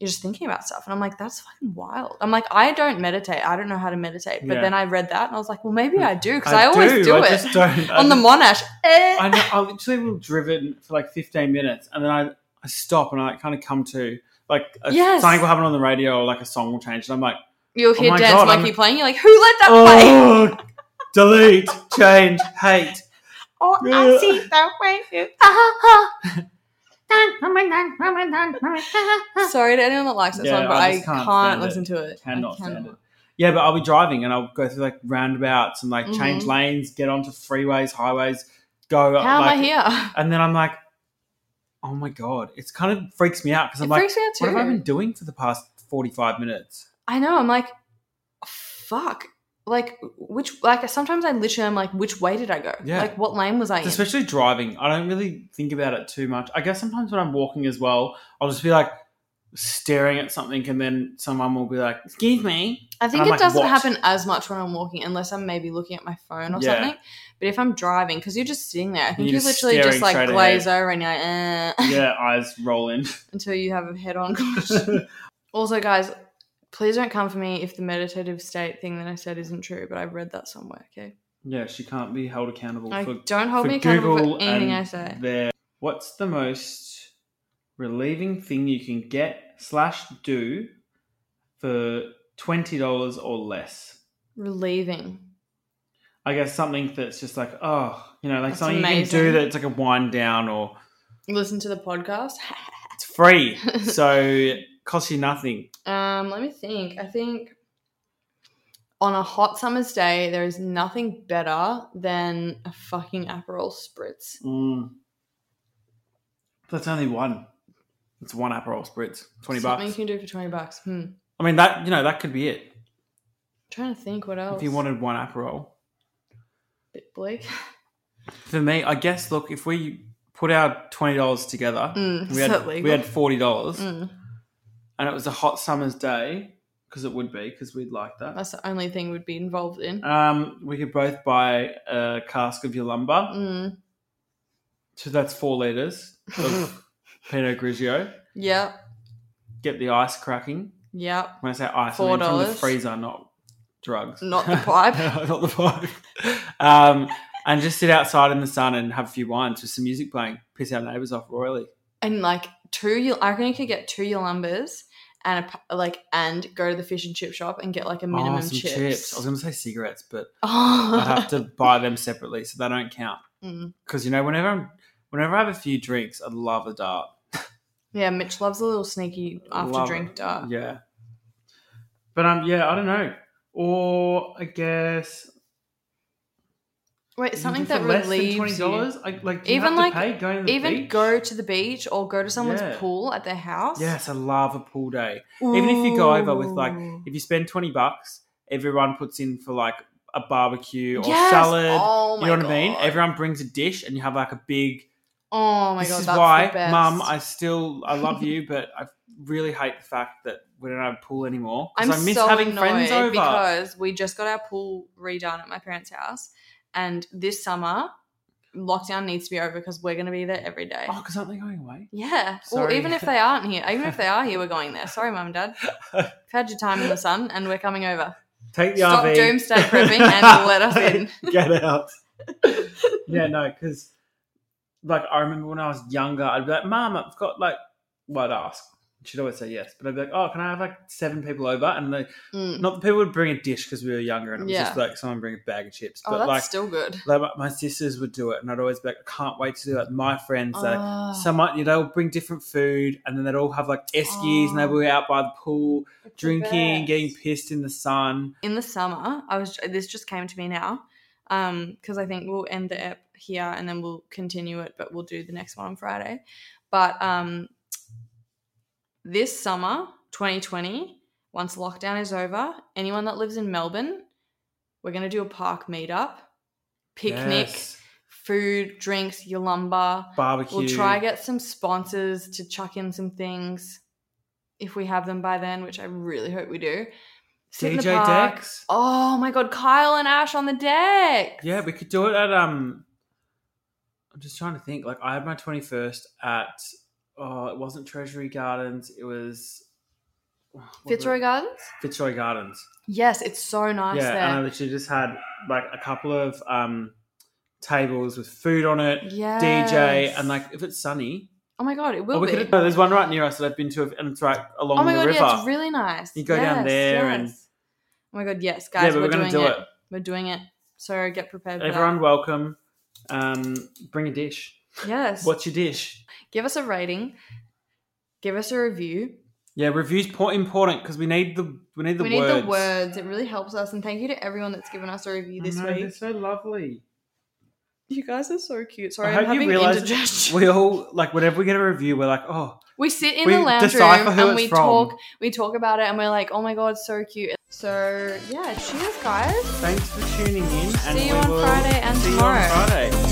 [SPEAKER 2] You're just thinking about stuff, and I'm like, that's fucking wild. I'm like, I don't meditate. I don't know how to meditate. But
[SPEAKER 1] Yeah.
[SPEAKER 2] then I read that, and I was like, well, maybe I do, because I, always do,
[SPEAKER 1] I
[SPEAKER 2] it
[SPEAKER 1] Just don't,
[SPEAKER 2] on the Monash. Eh.
[SPEAKER 1] I know. I literally will driven for like 15 minutes, and then I, I stop and I kind of come to like a,
[SPEAKER 2] Yes.
[SPEAKER 1] something will happen on the radio or like a song will change, and I'm like,
[SPEAKER 2] You'll hear
[SPEAKER 1] Oh my
[SPEAKER 2] dance
[SPEAKER 1] God,
[SPEAKER 2] monkey
[SPEAKER 1] I'm-
[SPEAKER 2] playing. You're like, who let that play?
[SPEAKER 1] oh, delete, change, hate.
[SPEAKER 2] Oh,
[SPEAKER 1] I Yeah.
[SPEAKER 2] see that way. Sorry to anyone that likes that
[SPEAKER 1] Yeah,
[SPEAKER 2] song, but
[SPEAKER 1] I
[SPEAKER 2] I,
[SPEAKER 1] just
[SPEAKER 2] can't,
[SPEAKER 1] can't stand
[SPEAKER 2] listen to it. I
[SPEAKER 1] Cannot stand
[SPEAKER 2] cannot.
[SPEAKER 1] it. Yeah, but I'll be driving and I'll go through like roundabouts and like change
[SPEAKER 2] Mhm.
[SPEAKER 1] lanes, get onto freeways, highways, go.
[SPEAKER 2] How
[SPEAKER 1] like,
[SPEAKER 2] am I here?
[SPEAKER 1] And then I'm like, oh my god, it's kind of freaks me out because
[SPEAKER 2] It
[SPEAKER 1] I'm like,
[SPEAKER 2] freaks me out too.
[SPEAKER 1] what have I been doing for the past 45 minutes?
[SPEAKER 2] I know. I'm like, fuck. Like which? Like sometimes I literally am like, which way did I go?
[SPEAKER 1] Yeah.
[SPEAKER 2] Like what lane was I in?
[SPEAKER 1] Especially driving, I don't really think about it too much. I guess sometimes when I'm walking as well, I'll just be like staring at something, and then someone will be like, "Excuse me."
[SPEAKER 2] I think
[SPEAKER 1] I'm
[SPEAKER 2] it
[SPEAKER 1] like,
[SPEAKER 2] doesn't
[SPEAKER 1] what?
[SPEAKER 2] happen as much when I'm walking, unless I'm maybe looking at my phone or
[SPEAKER 1] Yeah.
[SPEAKER 2] something. But if I'm driving, because you're just sitting there, I think
[SPEAKER 1] you're
[SPEAKER 2] you
[SPEAKER 1] just
[SPEAKER 2] literally
[SPEAKER 1] staring
[SPEAKER 2] just like
[SPEAKER 1] straight
[SPEAKER 2] glaze over and you're like, eh,
[SPEAKER 1] Yeah, eyes roll in.
[SPEAKER 2] until you have a head-on collision. Also, guys, please don't come for me if the meditative state thing that I said isn't true, but I read that somewhere, okay?
[SPEAKER 1] yeah, she can't be held accountable
[SPEAKER 2] Like,
[SPEAKER 1] for,
[SPEAKER 2] don't hold
[SPEAKER 1] for
[SPEAKER 2] me accountable
[SPEAKER 1] Google
[SPEAKER 2] for anything
[SPEAKER 1] and
[SPEAKER 2] I say.
[SPEAKER 1] their- What's the most relieving thing you can get slash do for twenty dollars or less?
[SPEAKER 2] Relieving.
[SPEAKER 1] I guess something that's just like, oh, you know, like
[SPEAKER 2] That's
[SPEAKER 1] something
[SPEAKER 2] amazing.
[SPEAKER 1] you can do that's like a wind down or
[SPEAKER 2] Listen to the podcast.
[SPEAKER 1] it's free. so it costs you nothing.
[SPEAKER 2] um, let me think. I think on a hot summer's day, there is nothing better than a fucking Aperol spritz.
[SPEAKER 1] Mm. That's only one. It's one Aperol spritz. Twenty
[SPEAKER 2] Something
[SPEAKER 1] bucks.
[SPEAKER 2] you can do for 20 bucks. Hmm. I'm
[SPEAKER 1] I mean that you know, that could be it.
[SPEAKER 2] trying to think what else.
[SPEAKER 1] If you wanted one Aperol.
[SPEAKER 2] Bit bleak.
[SPEAKER 1] For me, I guess look, if we put our twenty dollars together,
[SPEAKER 2] Mm,
[SPEAKER 1] we had
[SPEAKER 2] so legal.
[SPEAKER 1] we had forty dollars
[SPEAKER 2] Mm,
[SPEAKER 1] and it was a hot summer's day, because it would be, because we'd like that.
[SPEAKER 2] that's the only thing we'd be involved in.
[SPEAKER 1] Um, we could both buy a cask of your lumber.
[SPEAKER 2] Mm,
[SPEAKER 1] So that's four litres of Pinot Grigio.
[SPEAKER 2] yep.
[SPEAKER 1] Get the ice cracking.
[SPEAKER 2] Yep.
[SPEAKER 1] When I say ice, I mean from the
[SPEAKER 2] $4.
[SPEAKER 1] freezer, not drugs.
[SPEAKER 2] Not the pipe.
[SPEAKER 1] not the pipe. Um, and just sit outside in the sun and have a few wines with some music playing. Piss our neighbours off royally.
[SPEAKER 2] and like two. Yo- I reckon you could get two Yolumbas and a, pa- like and go to the fish and chip shop and get like a minimum
[SPEAKER 1] oh, some
[SPEAKER 2] chips.
[SPEAKER 1] chips. I was going to say cigarettes, but
[SPEAKER 2] oh,
[SPEAKER 1] I'd have to buy them separately, so they don't count.
[SPEAKER 2] Mm.
[SPEAKER 1] Because you know, whenever I'm, whenever I have a few drinks, I love a dart.
[SPEAKER 2] yeah. Mitch loves a little sneaky after
[SPEAKER 1] Love
[SPEAKER 2] drink
[SPEAKER 1] it.
[SPEAKER 2] dart.
[SPEAKER 1] Yeah. But um, yeah, I don't know. Or I guess
[SPEAKER 2] Wait, something
[SPEAKER 1] for
[SPEAKER 2] that
[SPEAKER 1] less
[SPEAKER 2] relieves
[SPEAKER 1] than twenty
[SPEAKER 2] you.
[SPEAKER 1] dollars. Like do you have
[SPEAKER 2] Even
[SPEAKER 1] to
[SPEAKER 2] like-
[SPEAKER 1] pay going to the
[SPEAKER 2] Even
[SPEAKER 1] beach?
[SPEAKER 2] go to the beach or go to someone's
[SPEAKER 1] Yeah.
[SPEAKER 2] pool at their house.
[SPEAKER 1] Yes, I love a pool day. Even if you go over with, like,
[SPEAKER 2] Ooh.
[SPEAKER 1] If you spend twenty bucks, everyone puts in for like a barbecue or
[SPEAKER 2] Yes!
[SPEAKER 1] salad.
[SPEAKER 2] Oh
[SPEAKER 1] you
[SPEAKER 2] my
[SPEAKER 1] know what I mean?
[SPEAKER 2] God.
[SPEAKER 1] Everyone brings a dish, and you have like a big.
[SPEAKER 2] Oh my
[SPEAKER 1] this
[SPEAKER 2] god,
[SPEAKER 1] is
[SPEAKER 2] that's
[SPEAKER 1] why,
[SPEAKER 2] the best.
[SPEAKER 1] Mum, I still I love you, but I really hate the fact that we don't have a pool anymore. 'cause
[SPEAKER 2] I'm
[SPEAKER 1] I miss
[SPEAKER 2] so
[SPEAKER 1] having
[SPEAKER 2] annoyed
[SPEAKER 1] friends over.
[SPEAKER 2] because we just got our pool redone at my parents' house, and this summer lockdown needs to be over because we're going to be there every day.
[SPEAKER 1] Oh, because aren't they going away?
[SPEAKER 2] yeah. Well,
[SPEAKER 1] sorry.
[SPEAKER 2] even if they aren't here, even if they are here, we're going there. Sorry, mum and dad. You've had your time in the sun, and we're coming over.
[SPEAKER 1] Take the
[SPEAKER 2] Stop
[SPEAKER 1] RV.
[SPEAKER 2] doomsday prepping and let us in.
[SPEAKER 1] Get out. yeah, no, because like I remember when I was younger, I'd be like, "Mom, I've got like," well, I'd ask. She'd always say yes, but I'd be like, "Oh, can I have like seven people over?" And they,
[SPEAKER 2] Mm.
[SPEAKER 1] not the people would bring a dish because we were younger, and it was
[SPEAKER 2] Yeah.
[SPEAKER 1] just like someone bring a bag of chips.
[SPEAKER 2] Oh,
[SPEAKER 1] but
[SPEAKER 2] that's
[SPEAKER 1] like,
[SPEAKER 2] still good.
[SPEAKER 1] like, my- my sisters would do it, and I'd always be like, "I can't wait to do it." My friends, like,
[SPEAKER 2] Ah,
[SPEAKER 1] someone, you know, they'll bring different food, and then they'd all have like eskies, and they were out by the pool,
[SPEAKER 2] it's the
[SPEAKER 1] drinking, getting
[SPEAKER 2] best.
[SPEAKER 1] pissed in the sun.
[SPEAKER 2] in the summer i was this just came to me now um because i think we'll end the app here and then we'll continue it but we'll do the next one on friday but um this summer 2020 once lockdown is over anyone that lives in melbourne we're going to do a park meetup picnic
[SPEAKER 1] Yes.
[SPEAKER 2] food drinks yolumba
[SPEAKER 1] barbecue.
[SPEAKER 2] we'll try get some sponsors to chuck in some things if we have them by then which i really hope we do Sit in the
[SPEAKER 1] DJ
[SPEAKER 2] park,
[SPEAKER 1] decks.
[SPEAKER 2] Oh my god, Kyle and Ash on the deck.
[SPEAKER 1] Yeah, we could do it at um. I'm just trying to think. Like I had my 21st at oh, it wasn't Treasury Gardens. It was what was it?
[SPEAKER 2] Fitzroy Gardens?
[SPEAKER 1] Fitzroy Gardens.
[SPEAKER 2] Yes, it's so nice
[SPEAKER 1] yeah, and I
[SPEAKER 2] there.
[SPEAKER 1] literally just had like a couple of um tables with food on it,
[SPEAKER 2] Yeah.
[SPEAKER 1] DJ, and like if it's sunny,
[SPEAKER 2] Oh my god, it
[SPEAKER 1] or
[SPEAKER 2] will
[SPEAKER 1] we
[SPEAKER 2] be.
[SPEAKER 1] could. No, there's one right near us that I've been to, and it's right along
[SPEAKER 2] oh my
[SPEAKER 1] the
[SPEAKER 2] god,
[SPEAKER 1] river.
[SPEAKER 2] yeah, it's really nice.
[SPEAKER 1] You go down there and-
[SPEAKER 2] Oh my god, yes, guys,
[SPEAKER 1] yeah, but
[SPEAKER 2] we're,
[SPEAKER 1] we're, gonna
[SPEAKER 2] doing
[SPEAKER 1] do
[SPEAKER 2] it.
[SPEAKER 1] it.
[SPEAKER 2] We're doing it. So get prepared for
[SPEAKER 1] Everyone, welcome. Um, bring a dish.
[SPEAKER 2] that. Yes.
[SPEAKER 1] What's your dish?
[SPEAKER 2] Give us a rating. Give us a review.
[SPEAKER 1] Yeah, reviews po- important because we need the we need the
[SPEAKER 2] we
[SPEAKER 1] words.
[SPEAKER 2] need the words. It really helps us. And thank you to everyone that's given us a review this week.
[SPEAKER 1] They're so lovely.
[SPEAKER 2] You guys are so cute. Sorry,
[SPEAKER 1] I
[SPEAKER 2] I'm
[SPEAKER 1] hope you
[SPEAKER 2] having
[SPEAKER 1] realise-
[SPEAKER 2] indigestion.
[SPEAKER 1] We all like whenever we get a review, we're like, oh,
[SPEAKER 2] We sit in
[SPEAKER 1] We
[SPEAKER 2] the lounge room
[SPEAKER 1] decipher who
[SPEAKER 2] and
[SPEAKER 1] it's
[SPEAKER 2] we
[SPEAKER 1] from.
[SPEAKER 2] talk. We talk about it and we're like, "Oh my god, so cute." So yeah, cheers, guys.
[SPEAKER 1] thanks for tuning in, and
[SPEAKER 2] See you
[SPEAKER 1] we
[SPEAKER 2] on
[SPEAKER 1] will
[SPEAKER 2] Friday and
[SPEAKER 1] see you
[SPEAKER 2] tomorrow.
[SPEAKER 1] on Friday.